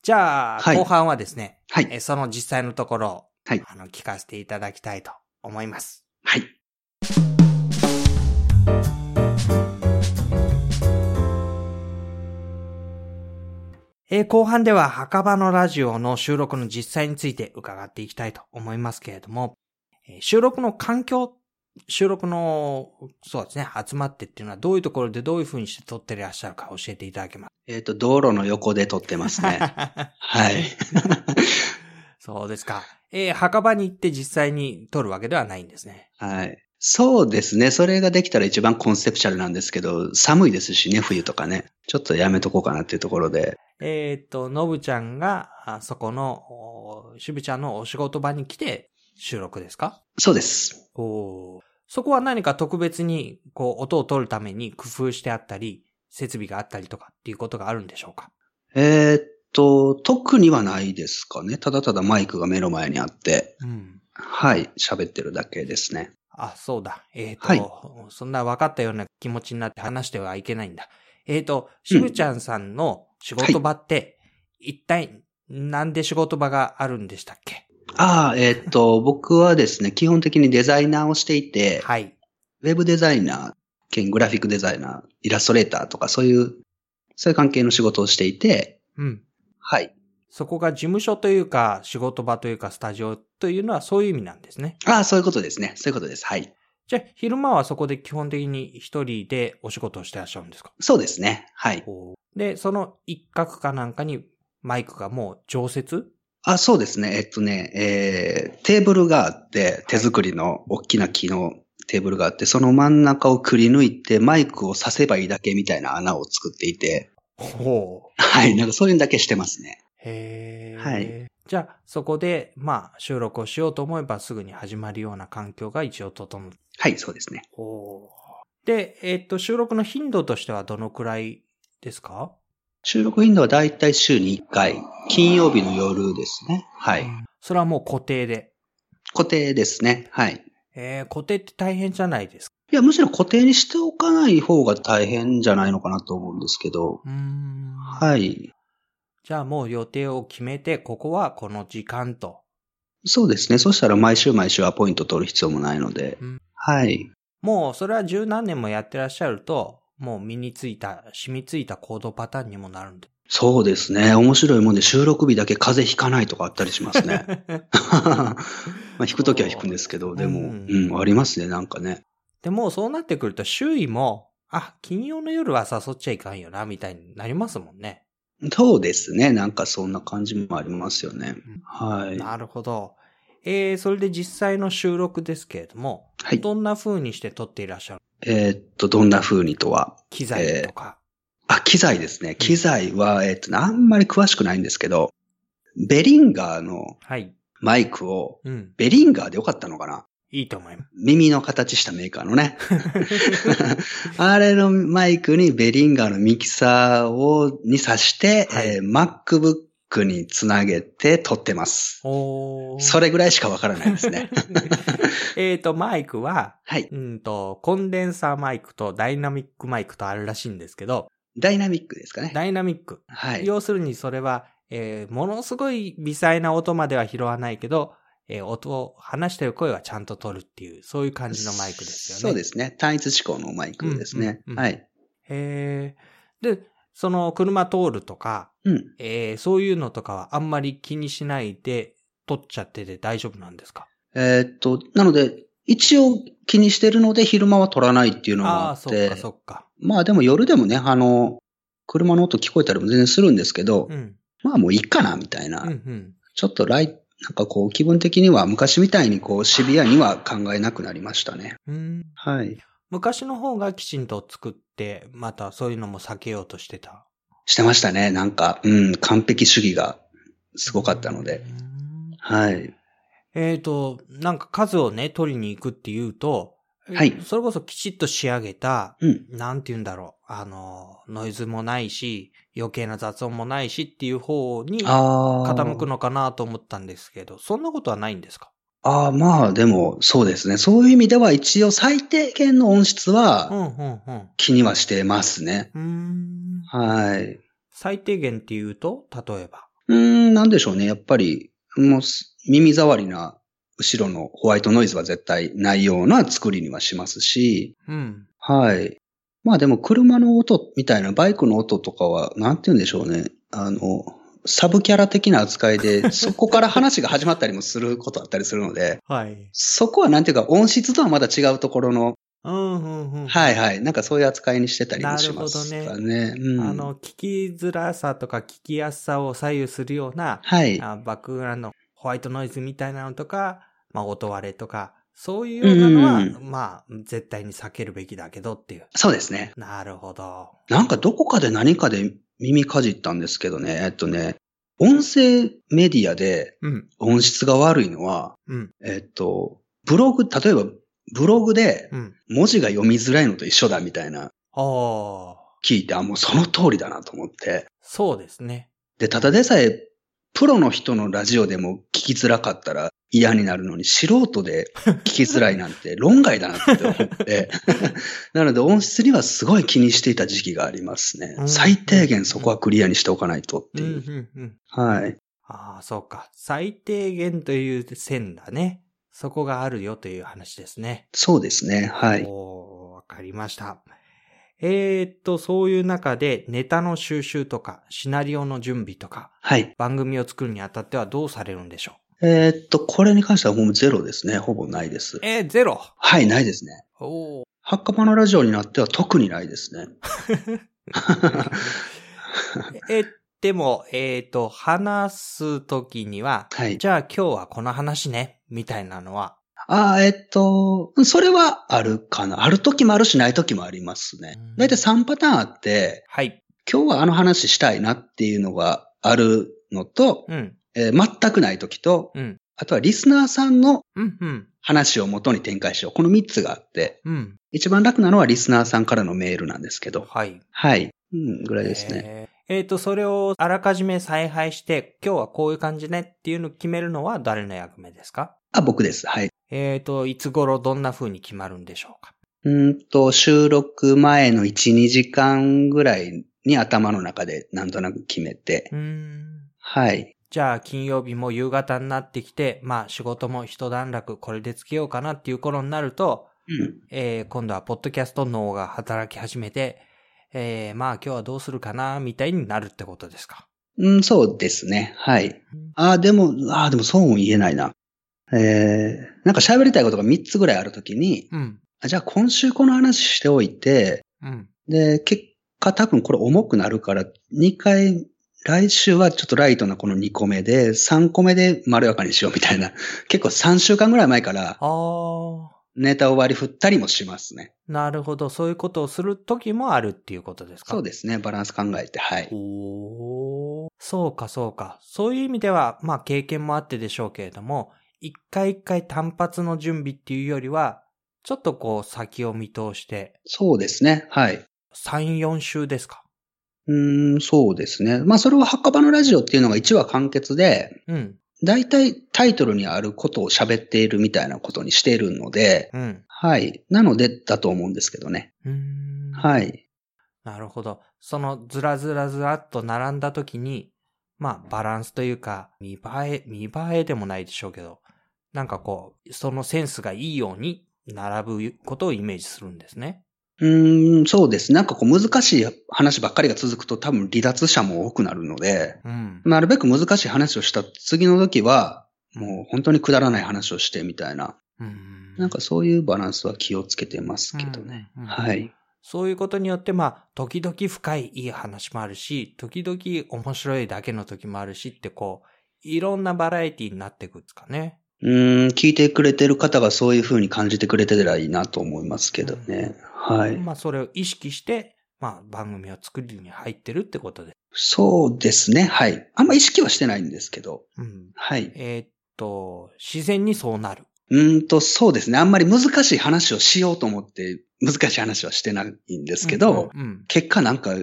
Speaker 3: じゃあ、
Speaker 1: はい
Speaker 3: 後半はですね、
Speaker 1: は
Speaker 3: え
Speaker 1: い。
Speaker 3: ーその実際のところを、
Speaker 1: はい
Speaker 3: あの、聞かせていただきたいと思います。
Speaker 1: はい。
Speaker 3: えー後半では墓場のラジオの収録の実際について伺っていきたいと思いますけれども、えー収録の環境、収録の、そうですね、集まってっていうのはどういうところでどういうふうにして撮ってらっしゃるか教えていただけま
Speaker 1: えっ、と、道路の横で撮ってます
Speaker 3: す
Speaker 1: ね。
Speaker 3: か
Speaker 1: はい。
Speaker 3: そうですか。えー墓場に行って実際に撮るわけではないんですね。
Speaker 1: はい。そうですね。それができたら一番コンセプチャルなんですけど、寒いですしね、冬とかね。ちょっとやめとこうかなっていうところで。
Speaker 3: えーっと、のぶちゃんが、あそこの、おしぶちゃんのお仕事場に来て収録ですか
Speaker 1: そうです。
Speaker 3: おーそこは何か特別に、こう、音を取るために工夫してあったり、設備があったりとかっていうことがあるんでしょうか
Speaker 1: えーっと、特にはないですかね。ただただマイクが目の前にあって、
Speaker 3: うん。
Speaker 1: はい、喋ってるだけですね。
Speaker 3: あ、そうだ。えっ、と、
Speaker 1: はい
Speaker 3: そんな分かったような気持ちになって話してはいけないんだ。えっ、と、しぶちゃんさんの仕事場って、一体なんで仕事場があるんでしたっけ
Speaker 1: ああ、えーっと、僕はですね、基本的にデザイナーをしていて、
Speaker 3: はい。
Speaker 1: ウェブデザイナー兼グラフィックデザイナー、イラストレーターとかそういう、そういう関係の仕事をしていて、
Speaker 3: うん。
Speaker 1: はい。
Speaker 3: そこが事務所というか、仕事場というか、スタジオというのはそういう意味なんですね。
Speaker 1: ああ、そういうことですね。そういうことです。はい。
Speaker 3: じゃあ、昼間はそこで基本的に一人でお仕事をしてらっしゃるんですか
Speaker 1: そうですね。はい。
Speaker 3: で、その一角かなんかにマイクがもう常設
Speaker 1: あ、そうですね。えっとね、えー、テーブルがあって、手作りの大きな木のテーブルがあって、その真ん中をくり抜いて、マイクを刺せばいいだけみたいな穴を作っていて、
Speaker 3: ほう。
Speaker 1: はい。なんかそういうのだけしてますね。
Speaker 3: へえ。
Speaker 1: はい。
Speaker 3: じゃあ、そこで、まあ、収録をしようと思えばすぐに始まるような環境が一応整う。
Speaker 1: はい、そうですね。
Speaker 3: で、えっと、収録の頻度としてはどのくらいですか
Speaker 1: 収録頻度はだいたい週に1回、金曜日の夜ですね。はい。
Speaker 3: それはもう固定で。
Speaker 1: 固定ですね。はい。
Speaker 3: えー、固定って大変じゃないですか。
Speaker 1: いや、むしろ固定にしておかない方が大変じゃないのかなと思うんですけど。
Speaker 3: うーん。い。
Speaker 1: はい。
Speaker 3: じゃあもう予定を決めて、ここはこの時間と。
Speaker 1: そうですね。そしたら毎週毎週アポイント取る必要もないので。
Speaker 3: うん
Speaker 1: はい。
Speaker 3: もう、それは十何年もやってらっしゃると、もう身についた、染みついた行動パターンにもなるんで。
Speaker 1: そうですね。面白いもんで収録日だけ風邪ひかないとかあったりしますね。 まあ、引くときは引くんですけど、でも、
Speaker 3: う
Speaker 1: うんん、ありますね、なんかね。
Speaker 3: でもうそうなってくると周囲も、あ、金曜の夜は誘っちゃいかんよな、みたいになりますもんね。
Speaker 1: そうですね。なんかそんな感じもありますよね。はい。
Speaker 3: なるほど。えー、それで実際の収録ですけれども、
Speaker 1: はい。
Speaker 3: どんな風にして撮っていらっしゃる
Speaker 1: えーっと、どんな風にとは。
Speaker 3: 機材とか。
Speaker 1: あ、機材ですね。機材は、えっとね、あんまり詳しくないんですけど、ベリンガーの
Speaker 3: はい。
Speaker 1: マイクを、
Speaker 3: うん。
Speaker 1: ベリンガーでよかったのかない
Speaker 3: いと思います。
Speaker 1: 耳の形したメーカーのね。 あれのマイクにベリンガーのミキサーを、に挿して、
Speaker 3: はい
Speaker 1: えー MacBook につなげて撮ってます。
Speaker 3: おー
Speaker 1: そ。れぐらいしかわからないですね。
Speaker 3: えーと、マイクは、
Speaker 1: はい。
Speaker 3: うんと、コンデンサーマイクとダイナミックマイクとあるらしいんですけど、
Speaker 1: ダイナミックですかね。
Speaker 3: ダイナミック。
Speaker 1: はい。
Speaker 3: 要するにそれは、えーものすごい微細な音までは拾わないけど、えー音を、話してる声はちゃんと取るっていう、そういう感じのマイクですよね。。
Speaker 1: そうですすね。単一指向のマイクですね。
Speaker 3: うんうんうん
Speaker 1: はい。
Speaker 3: へーで、その車通るとか、
Speaker 1: うん。
Speaker 3: えーそういうのとかはあんまり気にしないで、取っちゃってて大丈夫なんですか
Speaker 1: えーっと、なので、一応気にしてるので昼間は撮らないっていうのが
Speaker 3: あ
Speaker 1: あ
Speaker 3: あー、
Speaker 1: っ、
Speaker 3: そってかそっか。
Speaker 1: まあでも夜でもね、あの、車の音聞こえたりも全然するんですけど、
Speaker 3: うん。
Speaker 1: まあもういいかな、みたいな。
Speaker 3: うんうん。
Speaker 1: ちょっとライ、なんかこう気分的には昔みたいにこうシビアには考えなくなりましたね。
Speaker 3: うん、
Speaker 1: はい。
Speaker 3: 昔の方がきちんと作って、またそういうのも避けようとしてた。
Speaker 1: してましたね。なんか、うん、完璧主義がすごかったので。
Speaker 3: うん
Speaker 1: はい。
Speaker 3: えー、と、なんか数をね、取りに行くっていうと、
Speaker 1: はい
Speaker 3: それこそきちっと仕上げた、
Speaker 1: うん。
Speaker 3: なんて言うんだろう、あの、ノイズもないし、余計な雑音もないしっていう方に
Speaker 1: ああ。
Speaker 3: 傾くのかなと思ったんですけど、そんなことはないんですか
Speaker 1: ああ、まあでも、そうですね。そういう意味では一応最低限の音質
Speaker 3: うん、
Speaker 1: は
Speaker 3: うん、うん。う
Speaker 1: 気にはしてますね。
Speaker 3: ーん。
Speaker 1: はい。
Speaker 3: 最低限っていうと、例えば。
Speaker 1: うーん、なんでしょうね。やっぱり、もうす耳障りな後ろのホワイトノイズは絶対ないような作りにはしますし、
Speaker 3: うん。
Speaker 1: はい。まあでも車の音みたいなバイクの音とかは、なんて言うんでしょうね。あの、サブキャラ的な扱い で、そこから話が始まったりもすることあったりするので、
Speaker 3: はい。
Speaker 1: そこはなんていうか音質とはまだ違うところの
Speaker 3: うん、うん、うん。
Speaker 1: はいはい。なんかそういう扱いにしてたりもします
Speaker 3: なる
Speaker 1: か
Speaker 3: ほ
Speaker 1: ね。うん、
Speaker 3: あの、聞きづらさとか聞きやすさを左右するような、
Speaker 1: はい。
Speaker 3: あバックグラウンドのホワイトノイズみたいなのとか、まあ、音割れとか、そういうようなのは、
Speaker 1: う
Speaker 3: まあ、絶対に避けるべきだけどっていう。
Speaker 1: そうですね。
Speaker 3: なるほど。
Speaker 1: なんかどこかで何かで耳かじったんですけどね。えっとね、音声メディアで
Speaker 3: うん、
Speaker 1: 音質が悪いのは、
Speaker 3: うん、
Speaker 1: えっと、ブログ、例えばブログで
Speaker 3: うん。
Speaker 1: 文字が読みづらいのと一緒だみたいな
Speaker 3: ああ。
Speaker 1: 聞いて、あ、もうその通りだなと思って。
Speaker 3: そうですね。
Speaker 1: で、ただでさえ、プロの人のラジオでも聞きづらかったら嫌になるのに、素人で聞きづらいなんて 論外だなって思って。 なので、音質にはすごい気にしていた時期がありますね
Speaker 3: う。ん
Speaker 1: 最低限そこはクリアにしておかないとっ
Speaker 3: う
Speaker 1: て
Speaker 3: ん、う
Speaker 1: いう。
Speaker 3: ん、うん。
Speaker 1: はい。
Speaker 3: ああ、そうか。最低限という線だね。そこがあるよという話ですね。
Speaker 1: そうですね。はい。
Speaker 3: おーわかりました。えーっと、そういう中でネタの収集とか、シナリオの準備とか、
Speaker 1: はい。
Speaker 3: 番組を作るにあたってはどうされるんでしょ
Speaker 1: えーっと、これに関してはもうゼロですね。ほぼないです
Speaker 3: う。えー、ゼロ
Speaker 1: はい、ないですね。
Speaker 3: おー
Speaker 1: ハッカパのラジオになっては特にないです ね。
Speaker 3: え、でも、えーっと、話すときには、
Speaker 1: はい。
Speaker 3: じゃあ今日はこの話ね、みたいなのは、
Speaker 1: ああ、えっと、それはあるかな。ある時もあるしない時もありますね
Speaker 3: うん。
Speaker 1: だいたい3パターンあって、
Speaker 3: はい、
Speaker 1: 今日はあの話したいなっていうのがあるのと、
Speaker 3: うん、
Speaker 1: えー全くない時と、
Speaker 3: うん、
Speaker 1: あとはリスナーさんの
Speaker 3: うん、うん、
Speaker 1: 話を元に展開しよう。この3つがあって、
Speaker 3: うん、
Speaker 1: 一番楽なのはリスナーさんからのメールなんですけど。
Speaker 3: はい。
Speaker 1: はい。うん、ぐらいですね。
Speaker 3: えーえーっと、それをあらかじめ采配して、今日はこういう感じねっていうのを決めるのは誰の役目ですか
Speaker 1: あ、僕です。はい。
Speaker 3: えーと、いつ頃どんな風に決まるんでしょうか
Speaker 1: うーんと、収録前の1、2時間ぐらいに頭の中でなんとなく決めて、
Speaker 3: うーん。
Speaker 1: はい。
Speaker 3: じゃあ、金曜日も夕方になってきて、まあ、仕事も一段落、これでつけようかなっていう頃になると、
Speaker 1: うん。
Speaker 3: えー、今度はポッドキャスト脳が働き始めて、えー、まあ、今日はどうするかな、みたいになるってことですか。
Speaker 1: うん、そうですね。はい。ああ、でも、ああ、でもそうも言えないな。えー、なんか喋りたいことが3つぐらいあるときに、
Speaker 3: うん。
Speaker 1: あじゃあ今週この話しておいて、
Speaker 3: うん。
Speaker 1: で、結果多分これ重くなるから、2回、来週はちょっとライトなこの2個目で、3個目でまろやかにしようみたいな、結構3週間ぐらい前から
Speaker 3: あー、
Speaker 1: ネタを割り振ったりもしますね。
Speaker 3: なるほど。そういうことをする時もあるっていうことですか
Speaker 1: そうですね。バランス考えて、はい。
Speaker 3: おーそうか、そうか。そういう意味では、まあ経験もあってでしょうけれども、一回一回単発の準備っていうよりは、ちょっとこう先を見通して、
Speaker 1: そうですね。はい。
Speaker 3: 3、4週ですか。
Speaker 1: うーん、そうですね。まあ、それは、墓場のラジオっていうのが1話完結で、
Speaker 3: うん、
Speaker 1: だいたいタイトルにあることを喋っているみたいなことにしているので、
Speaker 3: うん。
Speaker 1: はい。なので、だと思うんですけどね。
Speaker 3: うーん。。
Speaker 1: はいい。
Speaker 3: なるほど。そのずらずらずらっと並んだ時に、まあバランスというか、見栄え、見栄えでもないでしょうけど、なんかこう、そのセンスがいいように並ぶことをイメージするんですね。
Speaker 1: うーん、そうです。なんかこう、難しい話ばっかりが続くと多分離脱者も多くなるので、
Speaker 3: うん。
Speaker 1: なるべく難しい話をした次の時は、もう本当にくだらない話をしてみたいな。
Speaker 3: うん
Speaker 1: なんかそういうバランスは気をつけてますけどね。
Speaker 3: うんうんうん
Speaker 1: はい。
Speaker 3: そういうことによって、まあ、時々深いいい話もあるし、時々面白いだけの時もあるしって、こう、いろんなバラエティになっていくんですかね。
Speaker 1: うーん、聞いてくれてる方がそういう風に感じてくれてたらいいなと思いますけどね。はい。
Speaker 3: まあ、それを意識して、まあ、番組を作るに入ってるってことです。
Speaker 1: そうですね。はい。あんま意識はしてないんですけど。
Speaker 3: うん。
Speaker 1: はい。
Speaker 3: えーっと、自然にそうなる。
Speaker 1: うーんと、そうですね。あんまり難しい話をしようと思って、難しい話はしてないんで
Speaker 3: です
Speaker 1: けど、
Speaker 3: うん。うん
Speaker 1: 結果なんか、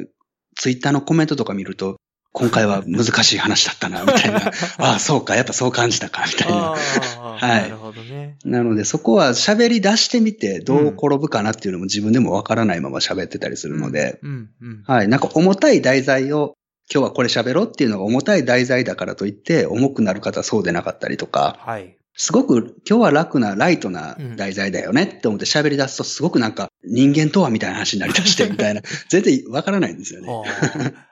Speaker 1: ツイッターのコメントとか見ると、今回は難しい話だったな、みたい な。ああ、そうか、やっぱそう感じたか、みたいな。
Speaker 3: ああ、
Speaker 1: はい
Speaker 3: なるほどね。
Speaker 1: なので、そこは喋り出してみて、どう転ぶかなっていうのも自分でもわからないまま喋ってたりするので、
Speaker 3: うん、うん。
Speaker 1: はい。なんか重たい題材を、今日はこれ喋ろうっていうのが重たい題材だからといって、重くなる方はそうでなかったりとか、
Speaker 3: はい。
Speaker 1: すごく今日は楽な、ライトな題材だよねって思って喋り出すと、すごくなんか人間とはみたいな話になりだ してみたいな、全然わからないんですよね。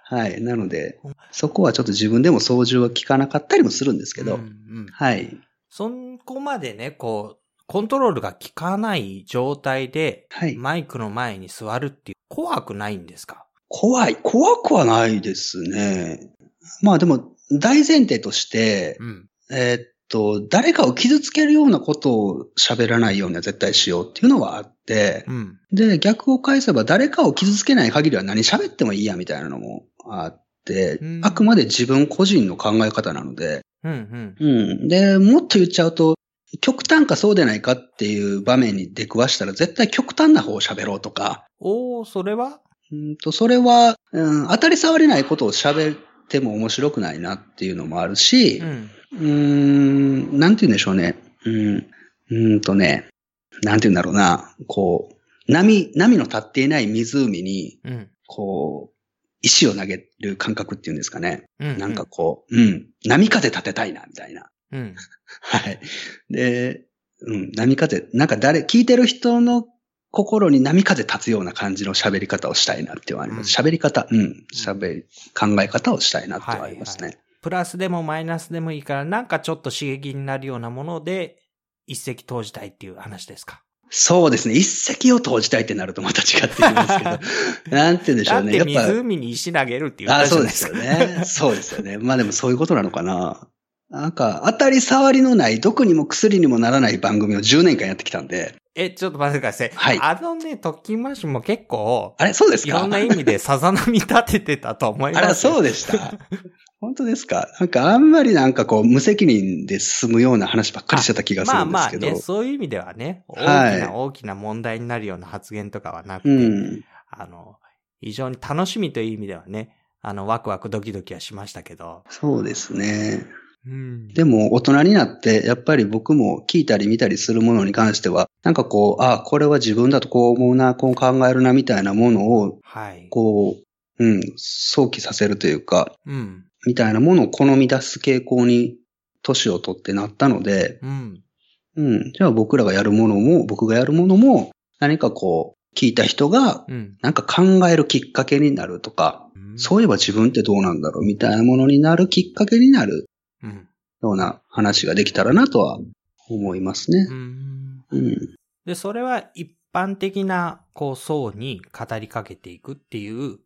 Speaker 3: あー
Speaker 1: はい。なので
Speaker 3: うん、
Speaker 1: そこはちょっと自分でも操縦は効かなかったりもするんです けど、
Speaker 3: うんうん
Speaker 1: はい。
Speaker 3: そこまでね、こう、コントロールが効かない状態で、
Speaker 1: はい。
Speaker 3: マイクの前に座るっていう、怖くないんですか
Speaker 1: 怖い。怖くはないですね。まあでも、大前提として、
Speaker 3: うん。
Speaker 1: えーっと、誰かを傷つけるようなことを喋らないようには絶対しようっていうのはあって
Speaker 3: う、ん。
Speaker 1: で、逆を返せば誰かを傷つけない限りは何喋ってもいいやみたいなのもあって
Speaker 3: うん、
Speaker 1: あくまで自分個人の考え方なので、
Speaker 3: うん、うん。
Speaker 1: うん。で、もっと言っちゃうと、極端かそうでないかっていう場面に出くわしたら、絶対極端な方を喋ろうとか、
Speaker 3: おー、それは
Speaker 1: うんと、それは、うん、当たり障りないことを喋っても面白くないなっていうのもあるし、
Speaker 3: うん。
Speaker 1: うーん、なんて言うんでしょうね。うん、うーんとね、なんて言うんだろうな。こう、波、波の立っていない湖に、
Speaker 3: うん。
Speaker 1: こう、石を投げる感覚っていうんですかね。
Speaker 3: うん。
Speaker 1: なんかこう、うん、波風立てたいな、みたいな。
Speaker 3: うん。
Speaker 1: はい。で、うん、波風、なんか誰、聞いてる人の心に波風立つような感じの喋り方をしたいなってはあります。喋、り方、うん、喋り、考え方をしたいなってはありますね。
Speaker 3: はプラスでもマイナスでもいいから、なんかちょっと刺激になるようなもので、一石投じたいっていう話ですか。
Speaker 1: そうですね。一石を投じたいってなるとまた違ってきますけ ど。なんて言うんでしょ
Speaker 3: だ
Speaker 1: う
Speaker 3: っ
Speaker 1: ね。
Speaker 3: て
Speaker 1: やっぱ。
Speaker 3: 湖に石投げるっていう
Speaker 1: あ
Speaker 3: 話じ
Speaker 1: そ
Speaker 3: ゃ
Speaker 1: う
Speaker 3: な
Speaker 1: で
Speaker 3: いです
Speaker 1: す
Speaker 3: か。
Speaker 1: よね。そうですよね。まあでもそういうことなのかな。なんか、当たり障りのない、毒にも薬にもならない番組を10年間やってきたんで。
Speaker 3: え、ちょっと待ってください。
Speaker 1: はい
Speaker 3: あのね、トッキンマッシュも結構、
Speaker 1: あれそうです
Speaker 3: い
Speaker 1: か
Speaker 3: ろんな意味でさざ波立ててたと思いま
Speaker 1: あ
Speaker 3: すよ。
Speaker 1: ら、そうでした。本当ですかなんかあんまりなんかこう無責任で進むような話ばっかりしてた気がす
Speaker 3: ま
Speaker 1: る
Speaker 3: あ
Speaker 1: んで
Speaker 3: ますあ
Speaker 1: けど。
Speaker 3: ね、そういう意味ではね、大き
Speaker 1: はい
Speaker 3: な大きな問題になるような発言とかはなくて、
Speaker 1: うん。
Speaker 3: あの、非常に楽しみという意味ではね、あの、ワクワクドキドキはしましたけど。
Speaker 1: そうですね。
Speaker 3: うん。
Speaker 1: でも大人になってやっぱり僕も聞いたり見たりするものに関しては、なんかこう、ああ、これは自分だとこう思うな、こう考えるなみたいなものを、
Speaker 3: はい。
Speaker 1: こう、うん、想起させるというか、
Speaker 3: うん。
Speaker 1: みたいなものを好み出す傾向に、年を取ってなったので、
Speaker 3: うん。
Speaker 1: うん。じゃあ僕らがやるものも、僕がやるものも、何かこう、聞いた人が、
Speaker 3: うん。
Speaker 1: なんか考えるきっかけになるとか、そういえば自分ってどうなんだろうみたいなものになるきっかけになる
Speaker 3: うん。
Speaker 1: ような話ができたらなとは思いますね
Speaker 3: う。ん。
Speaker 1: うん。
Speaker 3: で、それは一般的な、こう、層に語りかけていくっていう、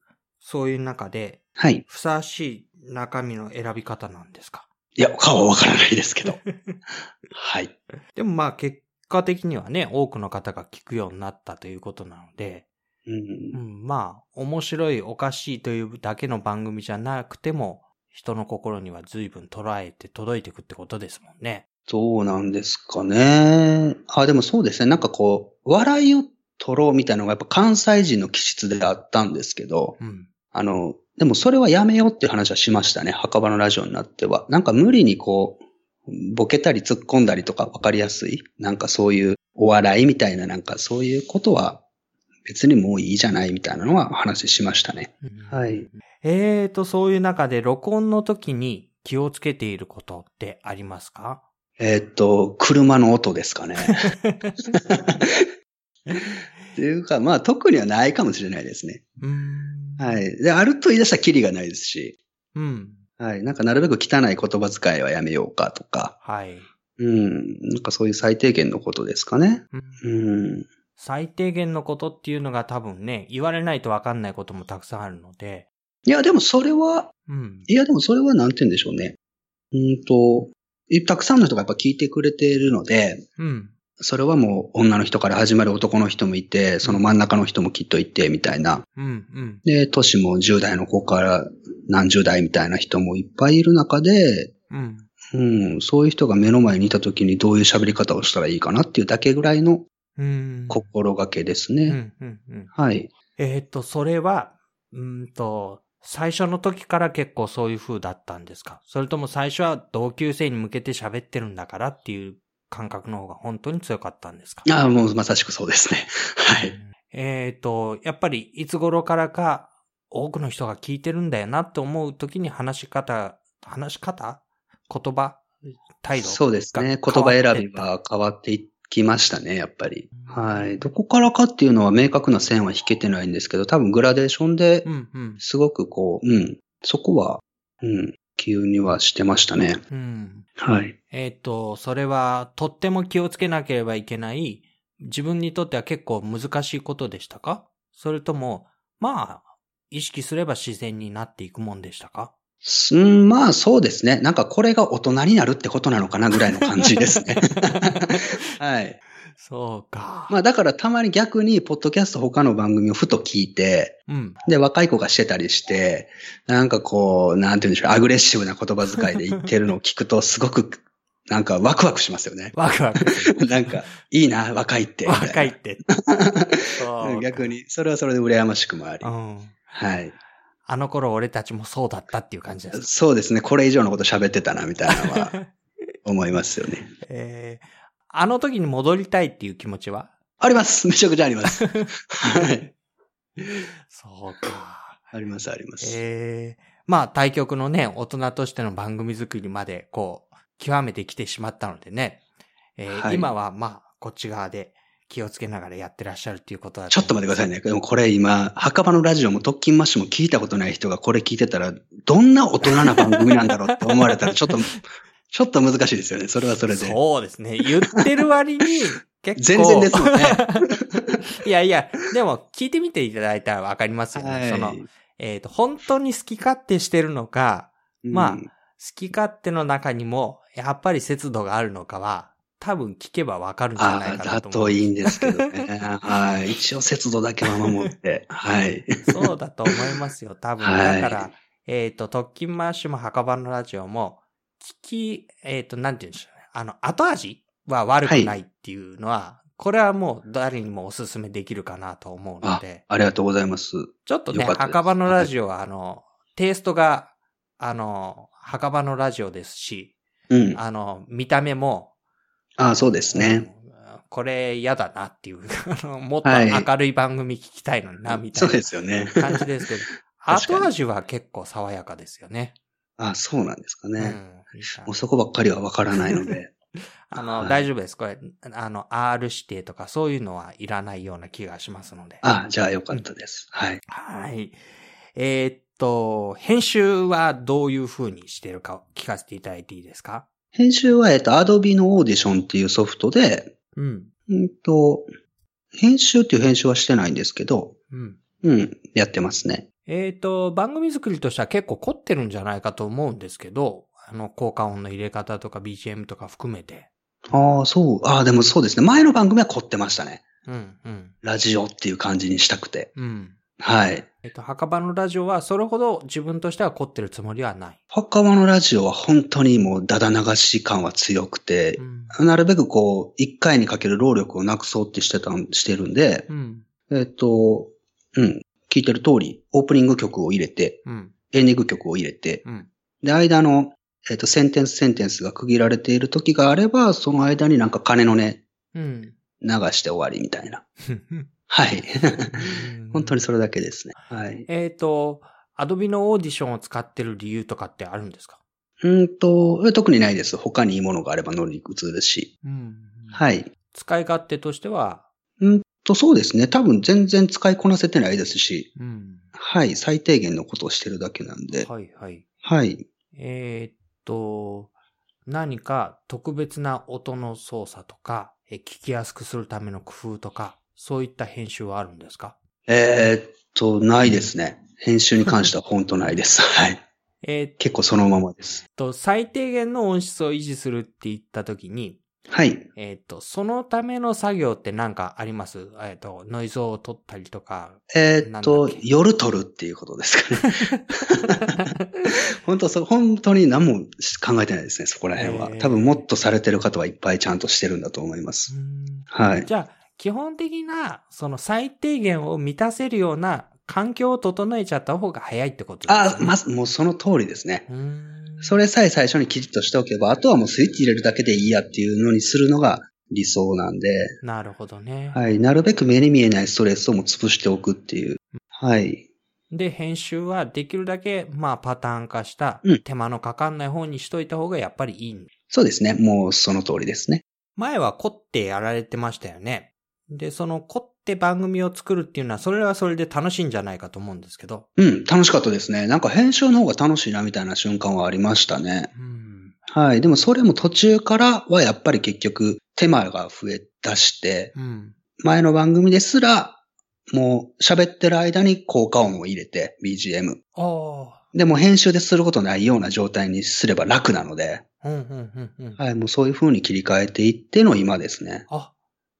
Speaker 3: そういう中で、
Speaker 1: はい。
Speaker 3: ふさわしい中身の選び方なんですか。
Speaker 1: いや、顔はわからないですけど。 はい。
Speaker 3: でもまあ、結果的にはね、多くの方が聞くようになったということなので、
Speaker 1: うん
Speaker 3: う。ん、まあ、面白い、おかしいというだけの番組じゃなくても、人の心には随分捉えて届いていくってことですもんね。
Speaker 1: どうなんですかね。あ、でもそうですね。なんかこう、笑いを取ろうみたいなのがやっぱ関西人の気質であったんですけど、
Speaker 3: うん。
Speaker 1: あの、でもそれはやめようっていう話はしましたね。墓場のラジオになっては。なんか無理にこう、ボケたり突っ込んだりとかわかりやすい。なんかそういうお笑いみたいななんかそういうことは別にもういいじゃないみたいなのは話しましたね。はい。
Speaker 3: えーと、そういう中で録音の時に気をつけていることってありますか
Speaker 1: えーっと、車の音ですかね。っていうか、まあ特にはないかもしれないですね。
Speaker 3: うーん。。
Speaker 1: はいい。で、あると言い出したらキリがないですし。
Speaker 3: うん。
Speaker 1: はい。なんかなるべく汚い言葉遣いはやめようかとか。
Speaker 3: はい。
Speaker 1: うん。なんかそういう最低限のことですかね。うん。
Speaker 3: 最低限のことっていうのが多分ね、言われないとわかんないこともたくさんあるので、
Speaker 1: いや、でもそれは、
Speaker 3: うん。
Speaker 1: いや、でもそれはなんて言うんでしょうね。うんと、いたくさんの人がやっぱ聞いてくれているので、
Speaker 3: うん。
Speaker 1: それはもう女の人から始まる男の人もいて、その真ん中の人もきっといて、みたいな。
Speaker 3: うん。うん。
Speaker 1: で、都市も10代の子から何十代みたいな人もいっぱいいる中で、
Speaker 3: うん。
Speaker 1: うん、そういう人が目の前にいた時にどういう喋り方をしたらいいかなっていうだけぐらいの
Speaker 3: うん。
Speaker 1: 心がけです
Speaker 3: う
Speaker 1: ね。
Speaker 3: ん。うん。うん。
Speaker 1: はい。
Speaker 3: えーっと、それは、うーんと、最初の時から結構そういう風だったんですかそれとも最初は同級生に向けて喋ってるんだからっていう感覚の方が本当に強かったんですか
Speaker 1: ああ、もうまさしくそうですね。 はい。
Speaker 3: えーっと、やっぱりいつ頃からか多くの人が聞いてるんだよなって思う時に話し方、話し方言葉態度
Speaker 1: そうですね。言葉選び。は変わっていきましたね、やっぱり。はい。どこからかっていうのは明確な線は引けてないんですけど、多分グラデーションで
Speaker 3: うんうん。
Speaker 1: すごくこう、うん、そこは、うん、急にはしてましたね。
Speaker 3: うん。
Speaker 1: はい。
Speaker 3: えーっ、と、それは、とっても気をつけなければいけない、自分にとっては結構難しいことでしたかそれとも、まあ、意識すれば自然になっていくもんでしたか
Speaker 1: すうん、まあそうですね。なんかこれが大人になるってことなのかなぐらいの感じです ね。はい。
Speaker 3: そうか。
Speaker 1: まあだからたまに逆に、ポッドキャスト他の番組をふと聞いて、
Speaker 3: うん。
Speaker 1: で、若い子がしてたりして、なんかこう、なんて言うんでしょう、アグレッシブな言葉遣いで言ってるのを聞くと、すごく、なんかワクワクしますよね。
Speaker 3: ワクワクする。
Speaker 1: なんか、いいな、若いって。みた
Speaker 3: 若いって。
Speaker 1: な。
Speaker 3: そ
Speaker 1: うん
Speaker 3: う
Speaker 1: 逆に、それはそれで羨ましくもあり
Speaker 3: う。ん。
Speaker 1: はい。
Speaker 3: あの頃俺たちもそうだったっていう感じ です。
Speaker 1: そうですね。これ以上のこと喋ってたな、みたいなの は思いますよね。
Speaker 3: えー、あの時に戻りたいっていう気持ちは
Speaker 1: あります。めちゃくちゃあり ます。はい。
Speaker 3: そうか。
Speaker 1: あります、あります。
Speaker 3: えー、まあ対局のね、大人としての番組作りまで、こう、極めてきてしまったのでね。えー
Speaker 1: はい
Speaker 3: 今はまあ、こっち側で気をつけながらやってらっしゃるっていうことだ
Speaker 1: ちょっと待ってくださいね。でもこれ今、墓場のラジオも特勤マッシュも聞いたことない人がこれ聞いてたら、どんな大人な番組なんだろうって思われたら、ちょっと、ちょっと難しいですよね。それはそれで。
Speaker 3: そうですね。言ってる割に、 結
Speaker 1: 全
Speaker 3: 構。
Speaker 1: 然ですもんね。
Speaker 3: いやいや、でも聞いてみていただいたらわかりますよね。
Speaker 1: はい
Speaker 3: その、えっ、と、本当に好き勝手してるのか、まあ
Speaker 1: うん
Speaker 3: 好き勝手の中にも、やっぱり節度があるのかは、多分聞けばわかるんじゃない
Speaker 1: あ
Speaker 3: か
Speaker 1: あ、だ
Speaker 3: なと思う。
Speaker 1: といいんですけどね。はい。一応節度だけは守って。はい。
Speaker 3: そうだと思いますよ、多分。
Speaker 1: はい
Speaker 3: だから、えっ、と、特勤マッシュも墓場のラジオも、聞き、えっ、と、なんて言うんでしょうね。あの、後味は悪くないっていうのは、これはもう誰にもおすすめできるかなと思うの
Speaker 1: あ
Speaker 3: で、、
Speaker 1: ありがとうございます。
Speaker 3: ちょっとね、
Speaker 1: よかったです
Speaker 3: 墓場のラジオは、あの、テイストが、あの、墓場のラジオですし、
Speaker 1: うん。あ
Speaker 3: あの、見た目も、
Speaker 1: あ、そうですね。
Speaker 3: うん。これ嫌だなっていう、 あのもっと
Speaker 1: はい
Speaker 3: 明るい番組聞きたいのにな、みた
Speaker 1: そ
Speaker 3: いう
Speaker 1: ですよね。
Speaker 3: な感じですけど、
Speaker 1: 確かに
Speaker 3: 後味は結構爽やかですよね。
Speaker 1: あそうなんですか
Speaker 3: うんいい
Speaker 1: ね。
Speaker 3: な
Speaker 1: もうそこばっかりはわからないの で。
Speaker 3: あの、
Speaker 1: はい
Speaker 3: 大丈夫です。これ、あの、R 指定とかそういうのはいらないような気がしますので。
Speaker 1: あじゃあよかったです。はい。
Speaker 3: はい。えーっと、編集はどういう風にしてるか聞かせていただいていいですか
Speaker 1: 編集は、えっと、Adobe のオーディションっていうソフトで、
Speaker 3: うん。
Speaker 1: うんと、編集っていう編集はしてないんですけど、
Speaker 3: うん。
Speaker 1: うん、やってますね。
Speaker 3: えっ、と、番組作りとしては結構凝ってるんじゃないかと思うんですけど、あの、効果音の入れ方とか BGM とか含めて。
Speaker 1: ああ、そう。ああ、でもそうですね。前の番組は凝ってましたね。
Speaker 3: うん、うん、
Speaker 1: ラジオっていう感じにしたくて。
Speaker 3: うん。
Speaker 1: はい。
Speaker 3: えっ、と、墓場のラジオはそれほど自分としては凝ってるつもりはない。
Speaker 1: 他のラジオは本当にもうダダ流し感は強くて
Speaker 3: う、ん。
Speaker 1: なるべくこう、一回にかける労力をなくそうってしてたん、してるんで、
Speaker 3: うん。
Speaker 1: えっと、うん、聞いてる通り、オープニング曲を入れて、
Speaker 3: うん。
Speaker 1: エンディング曲を入れて、
Speaker 3: うん。
Speaker 1: で、間の、えっと、センテンスセンテンスが区切られている時があれば、その間になんか鐘のね、
Speaker 3: うん。
Speaker 1: 流して終わりみたいな。はい。 本当にそれだけですね。はい。
Speaker 3: えっ、と、アドビのオーディションを使ってる理由とかってあるんですか
Speaker 1: うんと、え特にないです。他にいいものがあれば乗り移るし。
Speaker 3: うん。い。
Speaker 1: はい。
Speaker 3: 使い勝手としては、
Speaker 1: と、そうですね。多分全然使いこなせてないですし、
Speaker 3: うん。
Speaker 1: はい。最低限のことをしてるだけなんで。
Speaker 3: はい、はい。
Speaker 1: はい。
Speaker 3: えーっと、何か特別な音の操作とか、え聞きやすくするための工夫とか、そういった編集はあるんですか
Speaker 1: えーっと、ないですね。編集に関しては本当ないです。はい。
Speaker 3: えーっ
Speaker 1: 結構そのままです。
Speaker 3: と、最低限の音質を維持するって言ったときに、
Speaker 1: はい。
Speaker 3: えーっと、そのための作業って何かありますえーっと、ノイズを取ったりとか。
Speaker 1: えーっ
Speaker 3: なん
Speaker 1: と
Speaker 3: だっ、け
Speaker 1: 夜撮るっていうことですかね。 本当そう、本当に何も考えてないですね、そこら辺は
Speaker 3: え。ー
Speaker 1: 多分もっとされてる方はいっぱいちゃんとしてるんだと思いま
Speaker 3: う
Speaker 1: す。
Speaker 3: ん
Speaker 1: はい。
Speaker 3: じゃあ、基本的な、その最低限を満たせるような環境を整えちゃった方が早いってことです
Speaker 1: あ
Speaker 3: ね、
Speaker 1: まず、もうその通りですね。
Speaker 3: うん
Speaker 1: それさえ最初にきちっとしておけば、あとはもうスイッチ入れるだけでいいやっていうのにするのが理想なんで、
Speaker 3: なるほどね。
Speaker 1: はい。なるべく目に見えないストレスをもう潰しておくっていう。はい。
Speaker 3: で、編集はできるだけ、まあ、パターン化した
Speaker 1: うん、
Speaker 3: 手間のかかんない方にしといた方がやっぱりいい。
Speaker 1: そうですね。もうその通りですね。
Speaker 3: 前は凝ってやられてましたよね。で、その凝って番組を作るっていうのは、それはそれで楽しいんじゃないかと思うんですけど。
Speaker 1: うん。楽しかったですね。なんか編集の方が楽しいなみたいな瞬間はありましたね。
Speaker 3: うん。
Speaker 1: はい。でもそれも途中からはやっぱり結局手間が増え出して、
Speaker 3: うん。
Speaker 1: 前の番組ですら、もう喋ってる間に効果音を入れて、BGM。
Speaker 3: ああ。
Speaker 1: でも編集ですることないような状態にすれば楽なので、
Speaker 3: うん、うん、うん、うん。
Speaker 1: はい、もうそういう風に切り替えていっての今ですね。
Speaker 3: あ、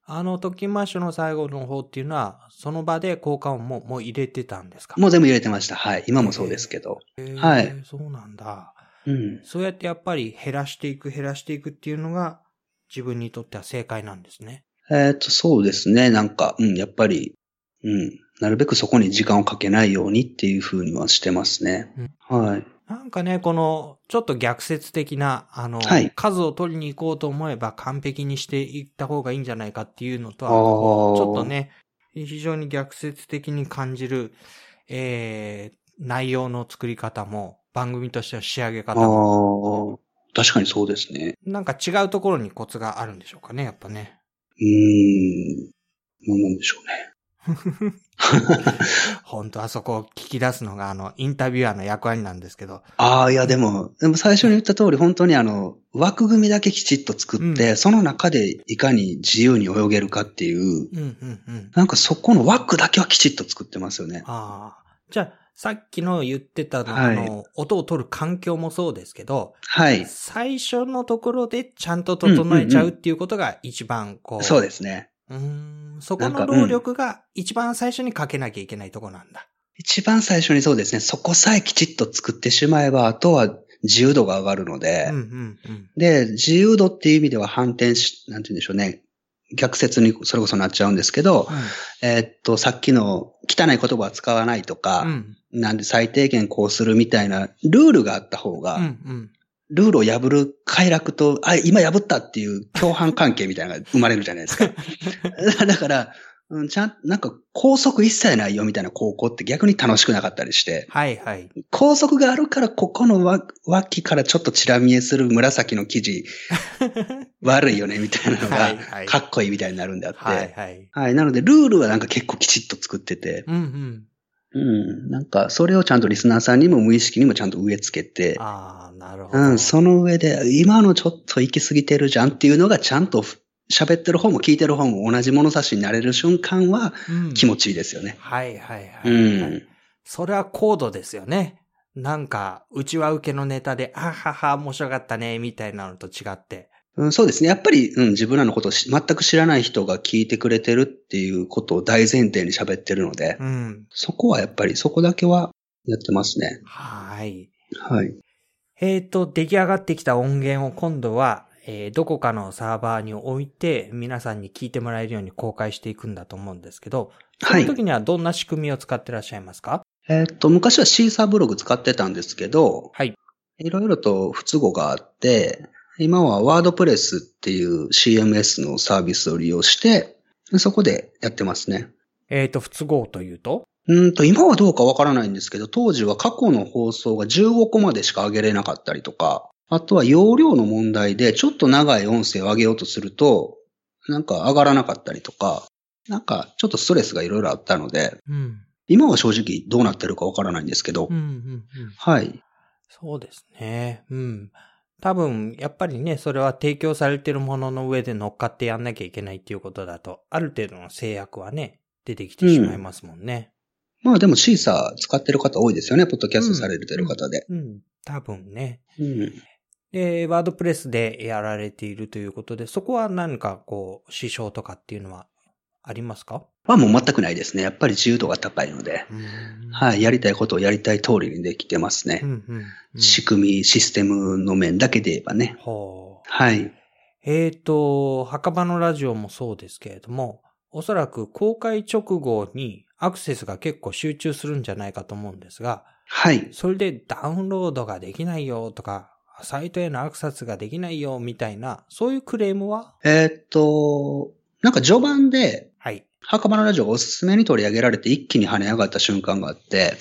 Speaker 3: あの、トキマッシュの最後の方っていうのは、その場で効果音も、もう入れてたんですか
Speaker 1: もう全部入れてました。はい、今もそうですけど。
Speaker 3: へー
Speaker 1: はい。
Speaker 3: そうなんだ。
Speaker 1: うん。
Speaker 3: そうやってやっぱり減らしていく減らしていくっていうのが自分にとっては正解なんですね。
Speaker 1: えっ、と、そうですね。なんか、うん、やっぱり、うん。なるべくそこに時間をかけないようにっていうふうにはしてますね。はい。
Speaker 3: なんかね、この、ちょっと逆説的な、あの、
Speaker 1: はい
Speaker 3: 数を取りに行こうと思えば完璧にしていった方がいいんじゃないかっていうのとは、
Speaker 1: あー
Speaker 3: ちょっとね、非常に逆説的に感じる、えー、内容の作り方も、番組としての仕上げ
Speaker 1: あ
Speaker 3: 方も、
Speaker 1: あ、確かにそうですね。
Speaker 3: なんか違うところにコツがあるんでしょうかね、やっぱね。
Speaker 1: うーん。なんなんでしょうね。
Speaker 3: 本当あそこを聞き出すのが、あの、インタビュアーの役割なんですけど、
Speaker 1: ああ、いや、でも、でも最初に言った通り、本当にあの、枠組みだけきちっと作って、
Speaker 3: う
Speaker 1: その中でいかに自由に泳げるかっていう、
Speaker 3: うんうんうん。
Speaker 1: なんかそこの枠だけはきちっと作ってますよね。
Speaker 3: ああ。じゃあ、さっきの言ってたの、
Speaker 1: はい
Speaker 3: あの、音を取る環境もそうですけど、
Speaker 1: はい。
Speaker 3: 最初のところでちゃんと整えちゃうっていうことが一番こう、
Speaker 1: そうですね。
Speaker 3: うーんそこ
Speaker 1: な
Speaker 3: の
Speaker 1: んかうん
Speaker 3: 労力が一番最初にかけなきゃいけないとこなんだ。
Speaker 1: 一番最初にそうですね、そこさえきちっと作ってしまえば、あとは自由度が上がるので、
Speaker 3: うんうんうん。
Speaker 1: で、自由度っていう意味では反転し、なんて言うんでしょうね。逆説にそれこそなっちゃうんですけど、えーっと、さっきの汚い言葉は使わないとか、
Speaker 3: うん
Speaker 1: なんで最低限こうするみたいなルールがあった方
Speaker 3: う
Speaker 1: が、
Speaker 3: んうん。
Speaker 1: ルールを破る快楽と、あ、今破ったっていう共犯関係みたいなのが生まれるじゃないです か。だから、うん、ちゃん、なんか拘束一切ないよみたいな高校って逆に楽しくなかったりして、
Speaker 3: はいはい。
Speaker 1: 拘束があるからここのわ脇からちょっとチラ見えする紫の生 地、悪いよねみたいなの
Speaker 3: はい
Speaker 1: が、
Speaker 3: はい。
Speaker 1: かっこいいみたいになるんであって、
Speaker 3: はいはい。
Speaker 1: はい。なので、ルールはなんか結構きちっと作ってて、
Speaker 3: うん
Speaker 1: う
Speaker 3: うん。
Speaker 1: ん。なんか、それをちゃんとリスナーさんにも無意識にもちゃんと植え付けて、
Speaker 3: ああ、なるほ
Speaker 1: う
Speaker 3: ど。
Speaker 1: ん、その上で、今のちょっと行き過ぎてるじゃんっていうのがちゃんと喋ってる方も聞いてる方も同じ物差しになれる瞬間は
Speaker 3: うん
Speaker 1: 気持ちいいですよね。
Speaker 3: はいはいは
Speaker 1: う
Speaker 3: いはい。
Speaker 1: ん。
Speaker 3: それは高度ですよね。なんか、うちは受けのネタで、あはは、面白かったね、みたいなのと違って。
Speaker 1: うん、そうですね。やっぱり、うん、自分らのことをし全く知らない人が聞いてくれてるっていうことを大前提に喋ってるので、
Speaker 3: うん。
Speaker 1: そこはやっぱり、そこだけはやってますね。
Speaker 3: はい。
Speaker 1: はい。
Speaker 3: えーと、出来上がってきた音源を今度は、えーどこかのサーバーに置いて、皆さんに聞いてもらえるように公開していくんだと思うんですけど、そ
Speaker 1: は
Speaker 3: の
Speaker 1: い。
Speaker 3: 時にはどんな仕組みを使ってらっしゃいますか
Speaker 1: えーっと、昔はシーサーブログ使ってたんですけど、
Speaker 3: はい。
Speaker 1: いろいろと不都合があって、今はワードプレスっていう CMS のサービスを利用して、でそこでやってますね。
Speaker 3: えーと、不都合というと
Speaker 1: うーんと、今はどうかわからないんですけど、当時は過去の放送が15個までしか上げれなかったりとか、あとは容量の問題でちょっと長い音声を上げようとすると、なんか上がらなかったりとか、なんかちょっとストレスがいろいろあったので、
Speaker 3: うん。
Speaker 1: 今は正直どうなってるかわからないんですけど、
Speaker 3: うん、うん、うん。
Speaker 1: はい。
Speaker 3: そうですね。うん。多分、やっぱりね、それは提供されてるものの上で乗っかってやんなきゃいけないっていうことだと、ある程度の制約はね、出てきてしまいますもんね。
Speaker 1: まあでもシーサー使ってる方多いですよね、ポッドキャストされてる方で。
Speaker 3: うん。多分ね。
Speaker 1: うん。
Speaker 3: で、ワードプレスでやられているということで、そこは何かこう、支障とかっていうのはありますか
Speaker 1: はもう全くないですね。やっぱり自由度が高いので。
Speaker 3: はい。
Speaker 1: はい、やりたいことをやりたい通りにできてますね
Speaker 3: う。んうん、うん。
Speaker 1: 仕組み、システムの面だけで言えばね。
Speaker 3: ほう。
Speaker 1: はい。
Speaker 3: えーと、墓場のラジオもそうですけれども、おそらく公開直後にアクセスが結構集中するんじゃないかと思うんですが、
Speaker 1: はい。
Speaker 3: それでダウンロードができないよとか、サイトへのアクセスができないよみたいな、そういうクレームは
Speaker 1: えーっと、なんか序盤で、
Speaker 3: はい。
Speaker 1: 墓場のラジオがおすすめに取り上げられて一気に跳ね上がった瞬間があって、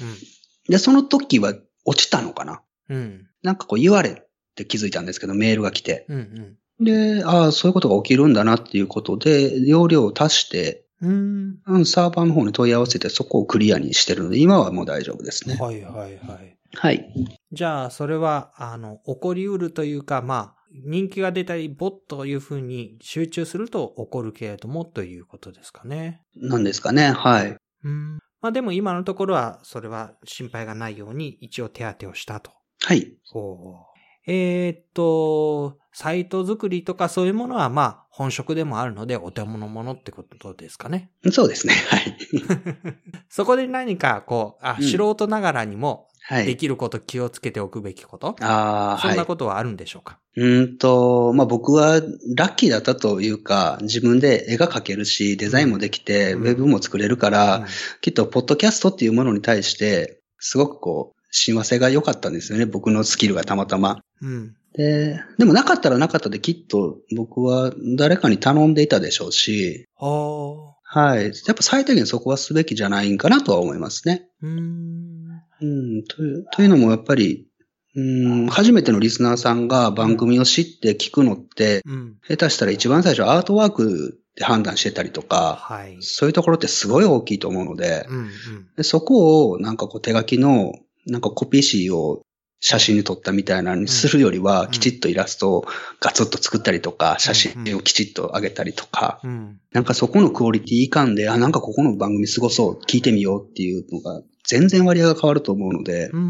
Speaker 3: う。
Speaker 1: で、その時は落ちたのかなん
Speaker 3: うん。
Speaker 1: なんかこう言われって気づいたんですけど、メールが来て。
Speaker 3: うん。
Speaker 1: で、ああ、そういうことが起きるんだなっていうことで、容量を足して、
Speaker 3: うん。
Speaker 1: うん、サーバーの方に問い合わせてそこをクリアにしてるので、今はもう大丈夫です
Speaker 3: うん。
Speaker 1: ね。
Speaker 3: はいはいはい。
Speaker 1: はい。
Speaker 3: じゃあ、それは、あの、起こりうるというか、まあ、人気が出たり、ボッというふうに集中すると起こるけれども、ということですかね。
Speaker 1: なんですかね。はい。
Speaker 3: うん。まあでも今のところは、それは心配がないように一応手当てをしたと。
Speaker 1: はい。
Speaker 3: えーっと、サイト作りとかそういうものはまあ本職でもあるのでお手物ものってことですかね。
Speaker 1: そうですね。はい。
Speaker 3: そこで何かこう、あ、
Speaker 1: うん
Speaker 3: 素人ながらにも
Speaker 1: は
Speaker 3: で
Speaker 1: い。
Speaker 3: きること気をつけておくべきこと、
Speaker 1: ああ、
Speaker 3: そ
Speaker 1: は
Speaker 3: ん
Speaker 1: い
Speaker 3: な。ことはあるんでしょうか、
Speaker 1: うーんと、まあ、僕はラッキーだったというか、自分で絵が描けるし、デザインもできて、
Speaker 3: うん
Speaker 1: ウェブも作れるから、
Speaker 3: うん
Speaker 1: きっと、ポッドキャストっていうものに対して、すごくこう、親和性が良かったんですよね。僕のスキルがたまたま。
Speaker 3: うん。
Speaker 1: で、でもなかったらなかったできっと僕は誰かに頼んでいたでしょうし、
Speaker 3: はあ。
Speaker 1: はい。やっぱ最低限そこはすべきじゃないんかなとは思いますね。
Speaker 3: うーん。
Speaker 1: うん、というというのもやっぱり、うん、初めてのリスナーさんが番組を知って聞くのって、
Speaker 3: うん。
Speaker 1: 下手したら一番最初アートワークで判断してたりとか、
Speaker 3: はい。
Speaker 1: そういうところってすごい大きいと思うので、
Speaker 3: うんうん。
Speaker 1: でそこをなんかこう手書きのなんかコピー紙を写真に撮ったみたいなのにするよりは、
Speaker 3: ん
Speaker 1: きちっとイラストをガツッと作ったりとか、写真をきちっと上げたりとか、
Speaker 3: うん。
Speaker 1: なんかそこのクオリティ感で、あ、なんかここの番組過ごそう、聞いてみようっていうのが全然割合が変わると思うので
Speaker 3: う、ん。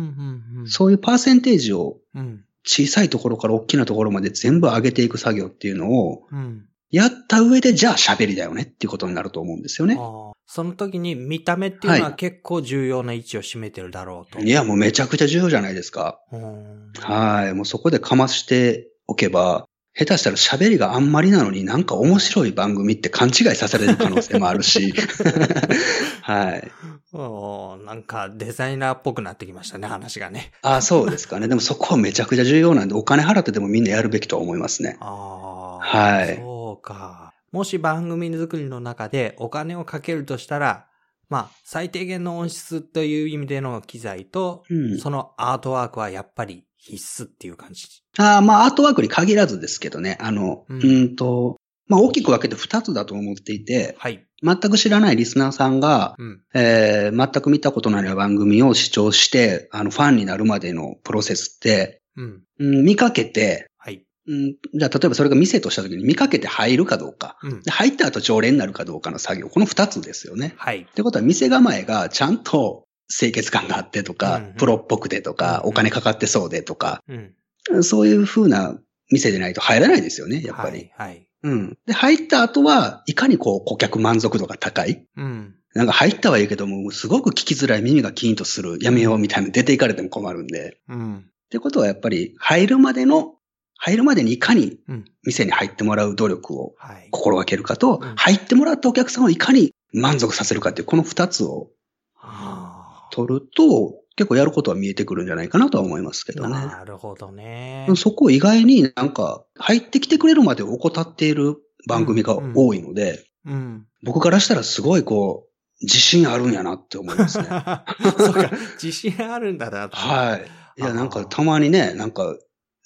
Speaker 3: うん。
Speaker 1: そういうパーセンテージを
Speaker 3: うん。うん。
Speaker 1: 小さいところから大きなところまで全部上げていく作業っていうのを、
Speaker 3: うん。
Speaker 1: やった上で、じゃあ喋りだよねっていうことになると思うんですよね。
Speaker 3: ああその時に見た目っていうのは
Speaker 1: は
Speaker 3: 結構重要な位置を占めてるだろうと。
Speaker 1: いや、もうめちゃくちゃ重要じゃないですか。
Speaker 3: うん。
Speaker 1: はい。もうそこでかましておけば、下手したら喋りがあんまりなのになんか面白い番組って勘違いさせられる可能性もある し。はい。
Speaker 3: おーなんかデザイナーっぽくなってきましたね、話がね。
Speaker 1: あそうですかね。でもそこはめちゃくちゃ重要なんで、お金払ってでもみんなやるべきとは思いますね。
Speaker 3: ああ。
Speaker 1: はい
Speaker 3: そうか。もし番組作りの中でお金をかけるとしたら、まあ、最低限の音質という意味での機材と、
Speaker 1: うん。
Speaker 3: そのアートワークはやっぱり必須っていう感じ。
Speaker 1: あーまあ、アートワークに限らずですけどね。あの、
Speaker 3: う
Speaker 1: うんんと、まあ、大きく分けて2つだと思っていて、
Speaker 3: はい。
Speaker 1: 全く知らないリスナーさんが、
Speaker 3: うん。
Speaker 1: えー全く見たことのない番組を視聴して、あの、ファンになるまでのプロセスって、
Speaker 3: うん。
Speaker 1: うん、見かけて、
Speaker 3: はい。
Speaker 1: うん、じゃあ、例えばそれが店とした時に見かけて入るかどうか。
Speaker 3: うん。
Speaker 1: で入った後常連になるかどうかの作業。この二つですよね。
Speaker 3: はい
Speaker 1: っ。てことは店構えがちゃんと清潔感があってとか、
Speaker 3: うんうん
Speaker 1: プロっぽくてとか、
Speaker 3: うん
Speaker 1: お金かかってそうでとか、
Speaker 3: うん。
Speaker 1: そういう風な店でないと入らないですよね、やっぱり。
Speaker 3: はい。はい。
Speaker 1: うん。で、入った後は、いかにこう顧客満足度が高い
Speaker 3: うん。
Speaker 1: なんか入ったはいいけども、すごく聞きづらい耳がキーンとする、やめようみたいな出ていかれても困るんで。
Speaker 3: うん。
Speaker 1: ってことはやっぱり入るまでの、入るまでにいかに
Speaker 3: うん
Speaker 1: 店に入ってもらう努力を
Speaker 3: はい。
Speaker 1: 心がけるかと、
Speaker 3: うん
Speaker 1: 入ってもらったお客さんをいかに満足させるかっていう、この二つを
Speaker 3: はあ
Speaker 1: 取ると、結構やることは見えてくるんじゃないかなとは思いますけどね。
Speaker 3: なるほどね。
Speaker 1: そこを意外になんか入ってきてくれるまでを怠っている番組が多いので、
Speaker 3: うん。
Speaker 1: 僕からしたらすごいこう、自信あるんやなって思います
Speaker 3: そう
Speaker 1: ね。
Speaker 3: か、自信あるんだなと。
Speaker 1: はい。い
Speaker 3: あー
Speaker 1: や、なんかたまにね、なんか、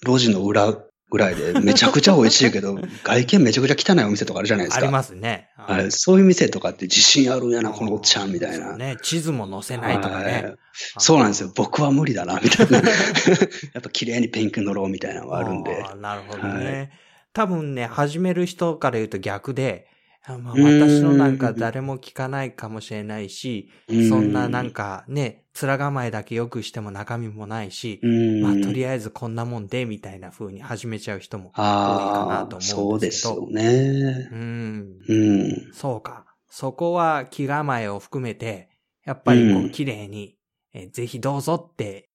Speaker 1: 路地の裏ぐらいでめちゃくちゃ美味しいけ ど、外見めちゃくちゃ汚いお店とかあるじゃないです
Speaker 3: あ
Speaker 1: か。
Speaker 3: りますね。
Speaker 1: はい。そういう店とかって自信あるんや
Speaker 3: あ
Speaker 1: な、
Speaker 3: の
Speaker 1: このおっちゃんみたい
Speaker 3: そう
Speaker 1: な。
Speaker 3: ね、地図も載せないとか
Speaker 1: は
Speaker 3: ね
Speaker 1: い。そうなんですよ。僕は無理だ な、みたいな。やっぱ綺麗にペンキ塗ろうみたいなのがあるん で。
Speaker 3: ーなるほどね。
Speaker 1: は
Speaker 3: 多分ね、始める人から言うと逆で、あまあ、
Speaker 1: うーん
Speaker 3: 私のなんか誰も聞かないかもしれないし、
Speaker 1: う
Speaker 3: そんななん、かね、面構えだけ良くしても中身もないし、
Speaker 1: うん。
Speaker 3: まあ、とりあえずこんなもんで、みたいな風に始めちゃう人も。多いかな
Speaker 1: あ
Speaker 3: と
Speaker 1: あ、
Speaker 3: 思
Speaker 1: そううん
Speaker 3: で
Speaker 1: ですす
Speaker 3: けど
Speaker 1: よね。
Speaker 3: うん。
Speaker 1: うん。
Speaker 3: そうか。そこは気構えを含めて、やっぱりこ
Speaker 1: う
Speaker 3: うん綺麗に、えぜひどうぞって、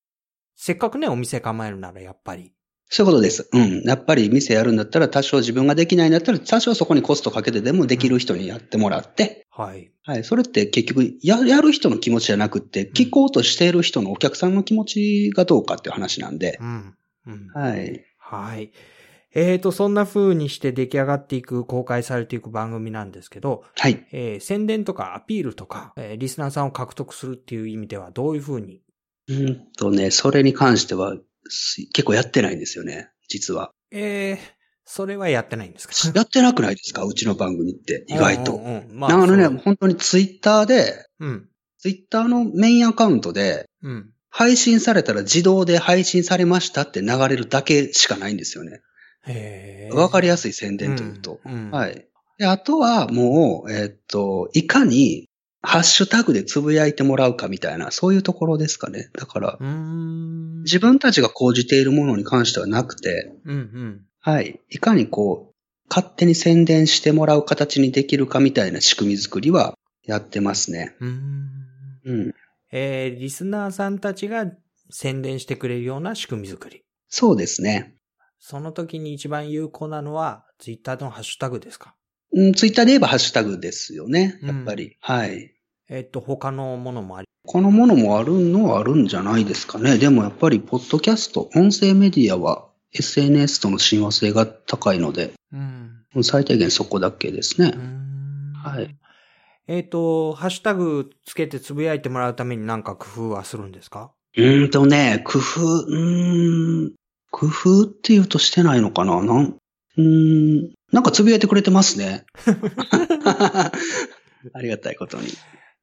Speaker 3: せっかくね、お店構えるならやっぱり。
Speaker 1: そういうことです。うん。やっぱり店やるんだったら、多少自分ができないんだったら、多少そこにコストかけてでもできる人にやってもらって、
Speaker 3: はい。
Speaker 1: はい。それって結局や、やる人の気持ちじゃなくって、聞こうとしている人のお客さんの気持ちがどうかっていう話なんで
Speaker 3: う、ん。うん。
Speaker 1: はい。
Speaker 3: はい。えーと、そんな風にして出来上がっていく、公開されていく番組なんですけど、
Speaker 1: はい。
Speaker 3: えー宣伝とかアピールとか、えーリスナーさんを獲得するっていう意味ではどういう風に
Speaker 1: うんとね、それに関しては、す結構やってないんですよね、実 は。
Speaker 3: えー、それはやってないんですか
Speaker 1: やってなくないですかうちの番組って、意外
Speaker 3: うん
Speaker 1: と。
Speaker 3: うんうんま
Speaker 1: あのね、
Speaker 3: そう
Speaker 1: 本当にツイッターで、
Speaker 3: うん。
Speaker 1: ツイッターのメインアカウントで、
Speaker 3: うん。
Speaker 1: 配信されたら自動で配信されましたって流れるだけしかないんですよね。
Speaker 3: へ
Speaker 1: わかり
Speaker 3: や
Speaker 1: やすい宣伝というと。
Speaker 3: んん
Speaker 1: はい。で、あとはもう、えーっと、いかにハッシュタグでつぶやいてもらうかみたいな、そういうところですかね。だから
Speaker 3: う、ーん。
Speaker 1: 自分たちが講じているものに関してはなくて、
Speaker 3: うんうん。
Speaker 1: はい。いかにこう、勝手に宣伝してもらう形にできるかみたいな仕組み作りはやってますね。
Speaker 3: うーん。
Speaker 1: うん。
Speaker 3: えーリスナーさんたちが宣伝してくれるような仕組み作り。
Speaker 1: そうですね。
Speaker 3: その時に一番有効なのは、ツイッターのハッシュタグですか
Speaker 1: うん、ツイッターで言えばハッシュタグですよね。やっぱり。はい。
Speaker 3: えっと、他のものもあり。
Speaker 1: このものもあるのはあるんじゃないですかね。でもやっぱり、ポッドキャスト、音声メディアは SNS との親和性が高いので、
Speaker 3: うん。
Speaker 1: 最低限そこだけですね。
Speaker 3: は
Speaker 1: はい。
Speaker 3: えっと、ハッシュタグつけてつぶやいてもらうために何か工夫はするんですか
Speaker 1: うーんとね、工夫、うーん、工夫って言うとしてないのかななん、うーん、なんかつぶやいてくれてます ね。ありがたいことに。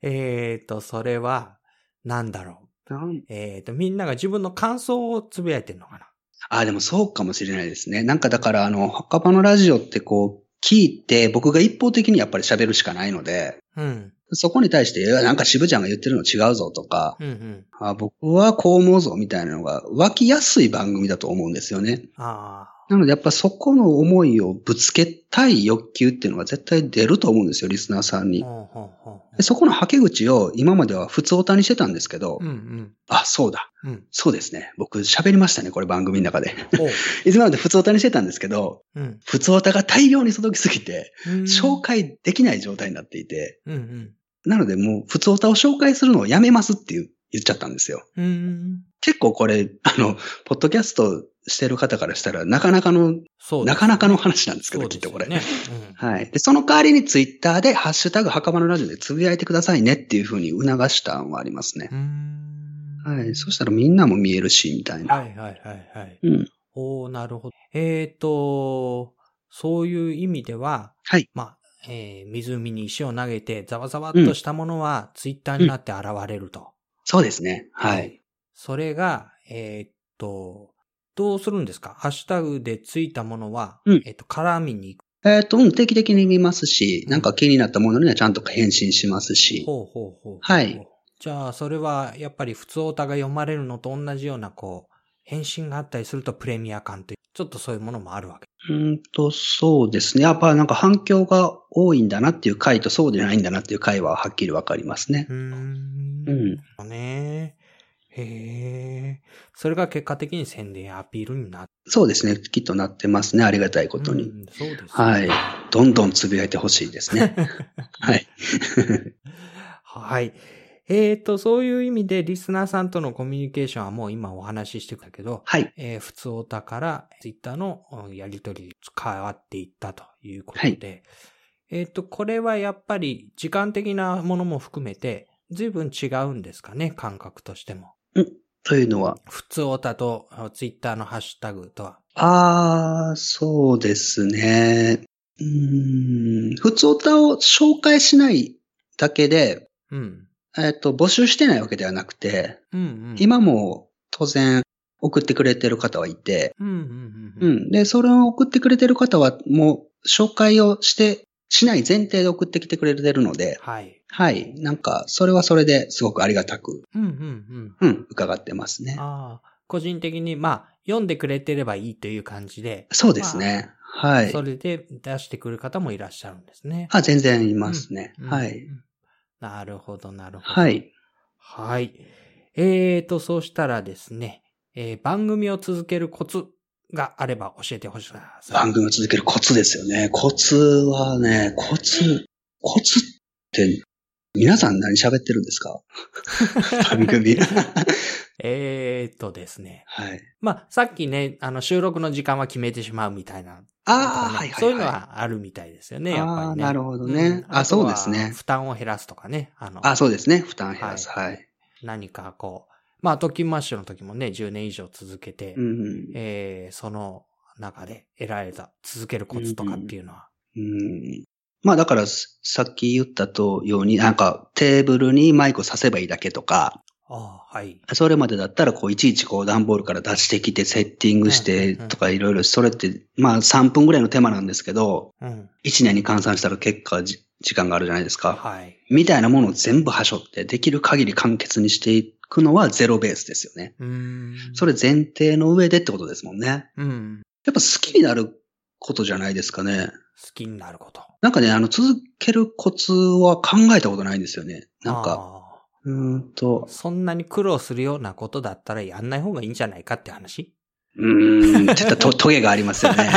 Speaker 3: えっと、それは、なんだろ
Speaker 1: なん
Speaker 3: う。えっと、みんなが自分の感想をつぶやいてんのかな
Speaker 1: あ、でもそうかもしれないですね。なんかだから、あの、墓場のラジオってこう、聞いて、僕が一方的にやっぱり喋るしかないので、
Speaker 3: うん。
Speaker 1: そこに対して、いや、なんか渋ちゃんが言ってるの違うぞとか、
Speaker 3: うんうん。
Speaker 1: あ僕はこう思うぞみたいなのが湧きやすい番組だと思うんですよね。
Speaker 3: あ
Speaker 1: なのでやっぱそこの思いをぶつけたい欲求っていうのが絶対出ると思うんですよ、リスナーさん
Speaker 3: あ。
Speaker 1: に。
Speaker 3: ほうほうほうほ
Speaker 1: でそこのはけ口を今までは普通おたにしてたんですけど、
Speaker 3: う。うんうん。
Speaker 1: あ、そうだ。
Speaker 3: うん。
Speaker 1: そうですね。僕喋りましたね、これ番組の中で。
Speaker 3: おう
Speaker 1: いつまで普通おたにしてたんですけど、
Speaker 3: うん。
Speaker 1: 普通おたが大量に届きすぎて、
Speaker 3: うん
Speaker 1: 紹介できない状態になっていて、
Speaker 3: うんうん。
Speaker 1: なのでもう普通おたを紹介するのをやめますっていう言っちゃったんですよ。
Speaker 3: うん。
Speaker 1: 結構これ、あの、ポッドキャストしてる方からしたら、なかなかの、
Speaker 3: そう
Speaker 1: なかなかの話なんですけ
Speaker 3: そ
Speaker 1: ど、
Speaker 3: う
Speaker 1: きっと
Speaker 3: です
Speaker 1: こ
Speaker 3: よ
Speaker 1: れ。
Speaker 3: ね。
Speaker 1: はい。で、その代わりにツイッターで、ハッシュタグ、墓場のラジオでつぶやいてくださいねっていうふうに促したんはありますね
Speaker 3: う。ん。うーん
Speaker 1: はい。そしたらみんなも見えるし、みたいな。
Speaker 3: はいはいはいはい。
Speaker 1: うん。
Speaker 3: おー、なるほど。えっ、と、そういう意味では、
Speaker 1: はい。
Speaker 3: まあ、えー湖に石を投げて、ざわざわっとしたものは、ツイッターになって現れると。
Speaker 1: そうですね。はい。。
Speaker 3: それが、えっ、と、どうするんですかハッシュタグでついたものは、
Speaker 1: うん
Speaker 3: えっ、と、絡みに行く。
Speaker 1: えっ、と、うん、定期的に見ますし、
Speaker 3: うん
Speaker 1: なんか気になったものにはちゃんと返信しますし。
Speaker 3: ほうほうほうほう。
Speaker 1: はい。
Speaker 3: じゃあ、それは、やっぱり、普通オタが読まれるのと同じような、こう、返信があったりするとプレミア感という、ちょっとそういうものもあるわけ。
Speaker 1: うーんと、そうですね。やっぱなんか反響が多いんだなっていう回と、そうでないんだなっていう回ははっきりわかりますね
Speaker 3: う。ーん
Speaker 1: うん。
Speaker 3: ね。へえ。それが結果的に宣伝やアピールになっ
Speaker 1: そうですね。きっとなってますね。ありがたいことに。
Speaker 3: うんそうです、ね。
Speaker 1: はい。どんどんつぶやいてほしいです ね。はい。
Speaker 3: はい。えっ、と、そういう意味でリスナーさんとのコミュニケーションはもう今お話ししてたけど、
Speaker 1: はい。
Speaker 3: えー普通オタからツイッターのうんやりとりに変わっていったということで、えっ、と、これはやっぱり時間的なものも含めて、随分違うんですかね、感覚としても。
Speaker 1: というのは、
Speaker 3: 普通オタとあツイッターのハッシュタグとは。
Speaker 1: あー、そうですね。うーん、普通歌を紹介しないだけで、
Speaker 3: うん。
Speaker 1: えっ、と、募集してないわけではなくて、
Speaker 3: うんうん。
Speaker 1: 今も当然送ってくれてる方はいて、
Speaker 3: うんうんう
Speaker 1: うん
Speaker 3: うん。
Speaker 1: ん。で、それを送ってくれてる方は、もう紹介をして、しない前提で送ってきてくれてるので、
Speaker 3: はい。
Speaker 1: はい。なんか、それはそれですごくありがたく、
Speaker 3: うんうんうん。
Speaker 1: うん、伺ってますね。
Speaker 3: ああ、個人的に、まあ、読んでくれてればいいという感じで、
Speaker 1: そうですね。はい。
Speaker 3: それで出してくる方もいらっしゃるんですね。
Speaker 1: あ、全然いますね。
Speaker 3: うん
Speaker 1: は。
Speaker 3: う
Speaker 1: い。
Speaker 3: んなるほど、なるほど。
Speaker 1: は。い。
Speaker 3: はい。えーと、そうしたらですね、えー番組を続けるコツがあれば教えてほしいな。
Speaker 1: 番組を続けるコツですよね。コツはね、コツ、コツって、皆さん何喋ってるんですか番 組。
Speaker 3: えーとですね。
Speaker 1: はい。
Speaker 3: まあ、さっきね、あの、収録の時間は決めてしまうみたいな。
Speaker 1: ああ、
Speaker 3: なんか
Speaker 1: はいはい、
Speaker 3: ね
Speaker 1: はい。
Speaker 3: そういうのはあるみたいですよね、やっぱり
Speaker 1: あー
Speaker 3: ね。
Speaker 1: なるほどね
Speaker 3: ん
Speaker 1: あ
Speaker 3: とは
Speaker 1: そうですね
Speaker 3: 負担を減らすとかね。あの、
Speaker 1: あ、そうですね。負担減らす。
Speaker 3: は
Speaker 1: はいい。
Speaker 3: 何かこう、まあ、トキンマッシュの時もね、10年以上続けて、
Speaker 1: うん。
Speaker 3: えーその中で得られた、続けるコツとかっていうのは。
Speaker 1: うん。まあだから、すさっき言ったとように、なんかテーブルにマイクをさせばいいだけとか、
Speaker 3: ああ、はい。
Speaker 1: それまでだったら、こう、いちいちこう、段ボールから出してきて、セッティングしてとかいろいろ、それって、まあ3分ぐらいの手間なんですけど、
Speaker 3: うん。
Speaker 1: 1年に換算したら結果じ、時間があるじゃないですか。
Speaker 3: はい。
Speaker 1: みたいなものを全部はしょって、できる限り簡潔にしていくのはゼロベースですよね。
Speaker 3: うーん。
Speaker 1: それ前提の上でってことですもんね。
Speaker 3: うん。
Speaker 1: やっぱ好きになることじゃないですかね。
Speaker 3: 好きになること。
Speaker 1: なんかね、あの、続けるコツは考えたことないんですよね。なんか、
Speaker 3: か、
Speaker 1: うーんと、
Speaker 3: そんなに苦労するようなことだったらやんない方がいいんじゃないかって話
Speaker 1: うーん、ちょっととトゲがありますよね。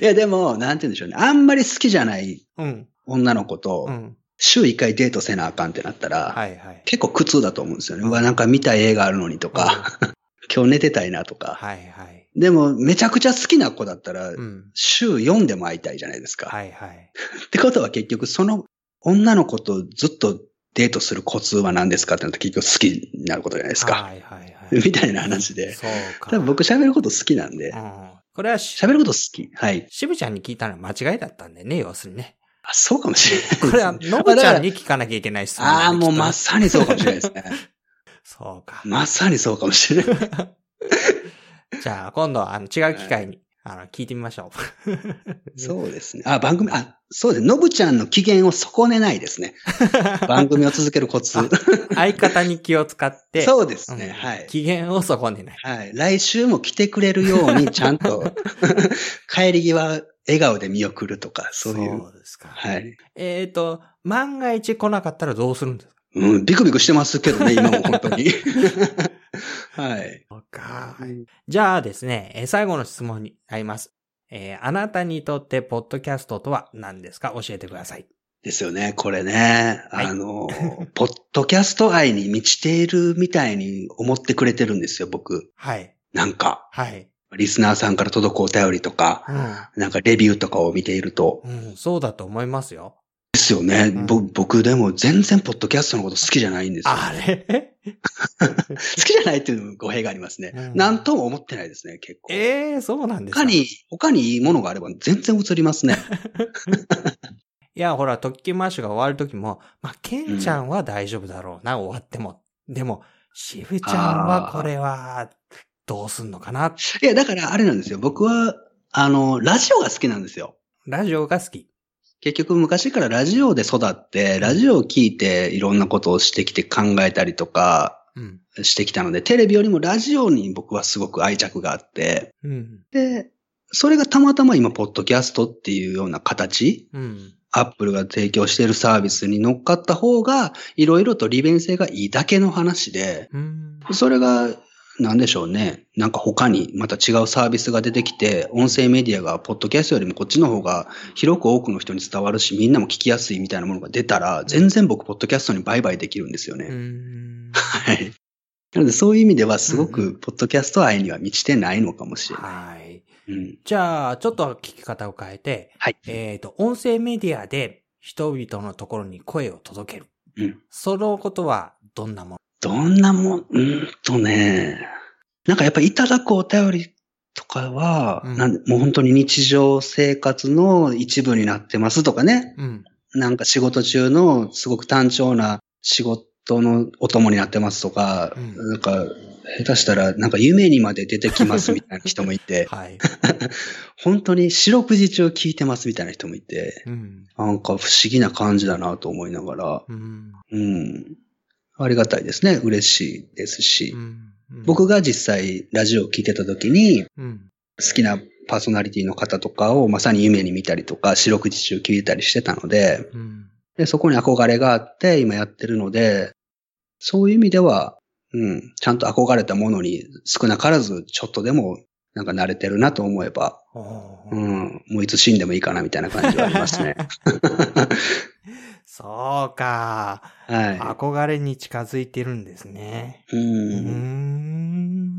Speaker 1: いや、でも、なんて言うんでしょうね。あんまり好きじゃない
Speaker 3: うん。
Speaker 1: 女の子と
Speaker 3: う、ん。
Speaker 1: 週一回デートせなあかんってなったら、
Speaker 3: はいはい。
Speaker 1: 結構苦痛だと思うんですよね。うわ、なんか見たい映画あるのにとか、今日寝てたいなとか。
Speaker 3: はいはい。
Speaker 1: でも、めちゃくちゃ好きな子だったら、
Speaker 3: うん。
Speaker 1: 週4でも会いたいじゃないですか。
Speaker 3: はいはい。
Speaker 1: ってことは結局、その女の子とずっとデートするコツは何ですかってなったら結局好きになることじゃないですか。
Speaker 3: はいはいはい。
Speaker 1: みたいな話で。
Speaker 3: そうか。
Speaker 1: 多分僕喋ること好きなんで
Speaker 3: う、ん。これはし、
Speaker 1: 喋ること好き。はい。
Speaker 3: 渋ちゃんに聞いたのは間違いだったんだよね、要する にね。
Speaker 1: あそうかもしれないですね。
Speaker 3: これは、のぶちゃんに聞かなきゃいけない質問
Speaker 1: ああ、もうま
Speaker 3: ず。
Speaker 1: さにそうかもしれないですね。
Speaker 3: そうか。
Speaker 1: まさにそうかもしれない。
Speaker 3: じゃあ、今度は、あの、違う機会に、あの、聞いてみましょ
Speaker 1: そうですね。あ、番組、あ、そうですね。のぶちゃんの機嫌を損ねないです ね。番組を続けるコツ
Speaker 3: あ。う。相方に気を使って、
Speaker 1: そうです
Speaker 3: うん
Speaker 1: ね。はい。
Speaker 3: 機嫌を損ねない。
Speaker 1: はい。来週も来てくれるように、ちゃん と、帰り際、笑顔で見送るとか、そういう。
Speaker 3: ですか。
Speaker 1: はい。
Speaker 3: えっ、と、万が一来なかったらどうするんですか
Speaker 1: うん、ビクビクしてますけ どね、今も本当に。はい。
Speaker 3: そうかじゃあですね、えー最後の質問になります。えーあなたにとって、ポッドキャストとは何ですか教えてください。
Speaker 1: ですよね、これね。
Speaker 3: はい
Speaker 1: あの、ポッドキャスト愛に満ちているみたいに思ってくれてるんですよ、僕。
Speaker 3: はい。
Speaker 1: なんか、
Speaker 3: はい。
Speaker 1: リスナーさんから届くお便りとか、なんかレビューとかを見ていると。
Speaker 3: うん。うん、そうだと思いますよ。
Speaker 1: ですよね。
Speaker 3: うん
Speaker 1: ぼ僕でも全然ポッドキャストのこと好きじゃないんですよ。
Speaker 3: あれ
Speaker 1: 好きじゃないっていうのも語弊がありますね。
Speaker 3: うん
Speaker 1: なんとも思ってないですね、結構。
Speaker 3: ええー、そうなんですか
Speaker 1: 他に、他にいいものがあれば全然映ります ね。
Speaker 3: いや、ほら、特急マッシュが終わる時も、まあ、ケンちゃんは大丈夫だろうな、終わっても。でも、しぶちゃんはこれは、どうすんのかない
Speaker 1: や、だからあれなんですよ。僕は、あの、ラジオが好きなんですよ。
Speaker 3: ラジオが好き。
Speaker 1: 結局昔からラジオで育って、ラジオを聞いていろんなことをしてきて考えたりとか
Speaker 3: うん。
Speaker 1: してきたので、テレビよりもラジオに僕はすごく愛着があって、
Speaker 3: うん。
Speaker 1: で、それがたまたま今、ポッドキャストっていうような形、
Speaker 3: うん。
Speaker 1: アップルが提供しているサービスに乗っかった方が、いろいろと利便性がいいだけの話で、
Speaker 3: うん。
Speaker 1: それが、なんでしょうね。なんか他にまた違うサービスが出てきて、音声メディアが、ポッドキャストよりもこっちの方が広く多くの人に伝わるし、みんなも聞きやすいみたいなものが出たら、全然僕、ポッドキャストに売買できるんですよね。
Speaker 3: うん。
Speaker 1: はい。なので、そういう意味では、すご
Speaker 3: うんう
Speaker 1: く、ポッドキャスト愛には満ちてないのかもしれない。
Speaker 3: はい。
Speaker 1: うん。
Speaker 3: じゃあ、ちょっと聞き方を変えて、
Speaker 1: はい。
Speaker 3: えっ、と、音声メディアで人々のところに声を届ける。
Speaker 1: うん
Speaker 3: そのことはどんなも
Speaker 1: どんなもん、うーんとね、なんかやっぱいただくお便りとかは、
Speaker 3: うん
Speaker 1: なんもう本当に日常生活の一部になってますとかね、
Speaker 3: のうん。
Speaker 1: なんか仕事中のすごく単調な仕事のお供になってますとか、
Speaker 3: うん
Speaker 1: なんか下手したらなんか夢にまで出てきますみたいな人もい て、
Speaker 3: はい。
Speaker 1: 本当に四六時中聞いてますみたいな人もいて、
Speaker 3: うん。
Speaker 1: なんか不思議な感じだなと思いながら、
Speaker 3: うん。
Speaker 1: うん。ありがたいですね。嬉しいですし。
Speaker 3: うん。
Speaker 1: 僕が実際ラジオを聞いてた時に、
Speaker 3: うん。
Speaker 1: 好きなパーソナリティの方とかをまさに夢に見たりとか、四六時中聞いたりしてたので
Speaker 3: うん。
Speaker 1: で、そこに憧れがあって今やってるので、そういう意味では、うん、ちゃんと憧れたものに少なからずちょっとでもなんか慣れてるなと思えば、
Speaker 3: お
Speaker 1: う
Speaker 3: ー
Speaker 1: ん、もういつ死んでもいいかなみたいな感じはあります ね。
Speaker 3: そうか。
Speaker 1: は
Speaker 3: 憧れに近づいてるんですね。
Speaker 1: い。う
Speaker 3: うー
Speaker 1: ん。
Speaker 3: ん。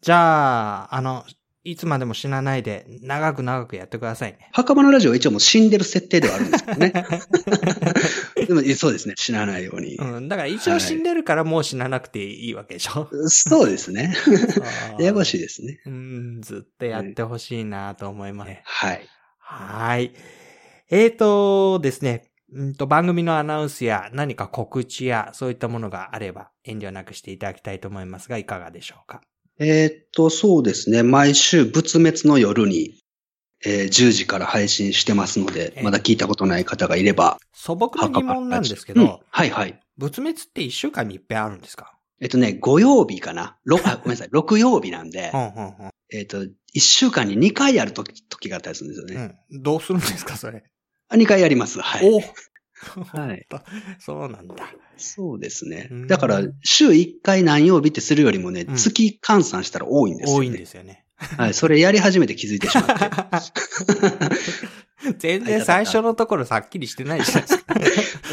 Speaker 3: じゃあ、あの、いつまでも死なないで、長く長くやってくださいね。
Speaker 1: 墓場のラジオは一応もう死んでる設定ではあるんですけどね。 でもそうですね、死なないように。
Speaker 3: うん。だから一応死んでるからもう死ななくていいわけでしょ。
Speaker 1: そうですね。
Speaker 3: そ う
Speaker 1: ややこしいですね。
Speaker 3: うん、ずっとやってほしいなと思います。
Speaker 1: はい。
Speaker 3: はーい。えーとですね、うんと番組のアナウンスや何か告知やそういったものがあれば遠慮なくしていただきたいと思いますが、いかがでしょうか。
Speaker 1: えーっと、そうですね。毎週、仏滅の夜に、えー10時から配信してますので
Speaker 3: え、
Speaker 1: まだ聞いたことない方がいれば。
Speaker 3: 素朴な疑問なんですけ
Speaker 1: う
Speaker 3: ど、
Speaker 1: はいはい。
Speaker 3: 仏滅って一週間に一遍あるんですか
Speaker 1: えっとね、5曜日かな。ろあごめんなさい、6曜日なんで
Speaker 3: う、んうんうん
Speaker 1: えーっと、1週間に2回やるとき時があったりするんですよね。
Speaker 3: うん。どうするんですか、それ。
Speaker 1: あ2回やります。はい。
Speaker 3: お
Speaker 1: はい。
Speaker 3: そうなんだ。
Speaker 1: そうですね
Speaker 3: うん。
Speaker 1: だから、週1回何曜日ってするよりもね、
Speaker 3: うん
Speaker 1: 月換算したら多いんですよ、ね。
Speaker 3: 多いんですよね。
Speaker 1: はい。それやり始めて気づいてしまって。
Speaker 3: 全然最初のところさっきりしてないじゃない ですか。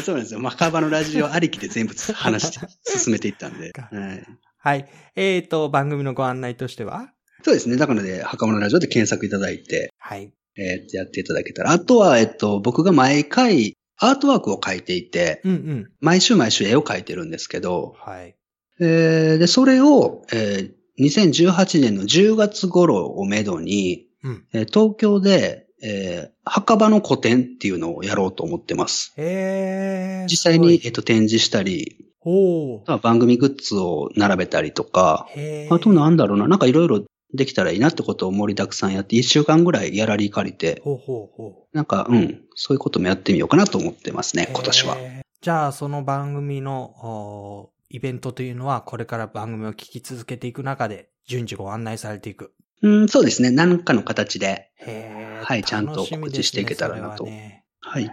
Speaker 1: そうなんですよ。マカバのラジオありきで全部話して、進めていったんで。
Speaker 3: か
Speaker 1: はい。
Speaker 3: はい。えっ、と、番組のご案内としては
Speaker 1: そうですね。だからね、袴のラジオで検索いただいて、
Speaker 3: はい。
Speaker 1: えーっとやっていただけたら。あとは、えっと、僕が毎回アートワークを書いていて、
Speaker 3: うんうん。
Speaker 1: 毎週毎週絵を描いてるんですけど、
Speaker 3: はい。
Speaker 1: えーで、それを、えー2018年の10月頃をめどに、
Speaker 3: うん
Speaker 1: えー東京で、えー墓場の古典っていうのをやろうと思ってます。
Speaker 3: へえ。
Speaker 1: 実際に、えっと、展示したり、
Speaker 3: お
Speaker 1: あとは番組グッズを並べたりとか、
Speaker 3: へえ。
Speaker 1: あとなんだろうな、なんかいろいろできたらいいなってことを盛りだくさんやって、1週間ぐらいギャラリー借りて、
Speaker 3: ほうほうほ
Speaker 1: なんか、うん、そういうこともやってみようかなと思ってます
Speaker 3: う
Speaker 1: ね。、今年は。
Speaker 3: へー。じゃあ、その番組の、おーイベントというのは、これから番組を聞き続けていく中で、順次ご案内されていく。
Speaker 1: うん、そうですね。何かの形で。
Speaker 3: へえ。
Speaker 1: はいちゃんと
Speaker 3: 楽みですね
Speaker 1: 告知していけたらなと
Speaker 3: それはね
Speaker 1: はい。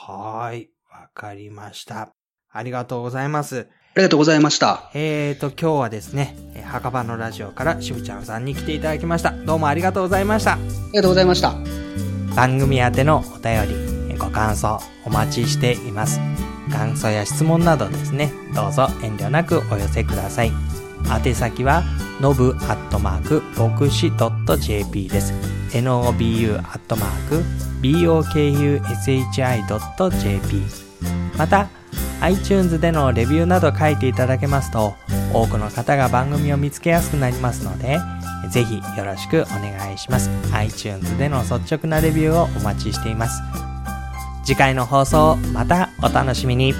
Speaker 3: はーい。わかりました。ありがとうございま
Speaker 1: あ
Speaker 3: す。
Speaker 1: りがとうございました。
Speaker 3: えーと、今日はですね、えー墓場のラジオからしぶちゃんさんに来ていただきました。どうもありがとうございました。
Speaker 1: ありがとうございました。
Speaker 3: 番組宛てのお便り、えーご感想、お待ちしています。感想や質問などですね、どうぞ遠慮なくお寄せください。宛先は、のぶアットマーク、牧師 .jp です。nobu アットマーク、bokushi.jp また、iTunes でのレビューなど書いていただけますと、多くの方が番組を見つけやすくなりますので、ぜひよろしくお願いします。iTunes での率直なレビューをお待ちしています。次回の放送、またお楽しみに。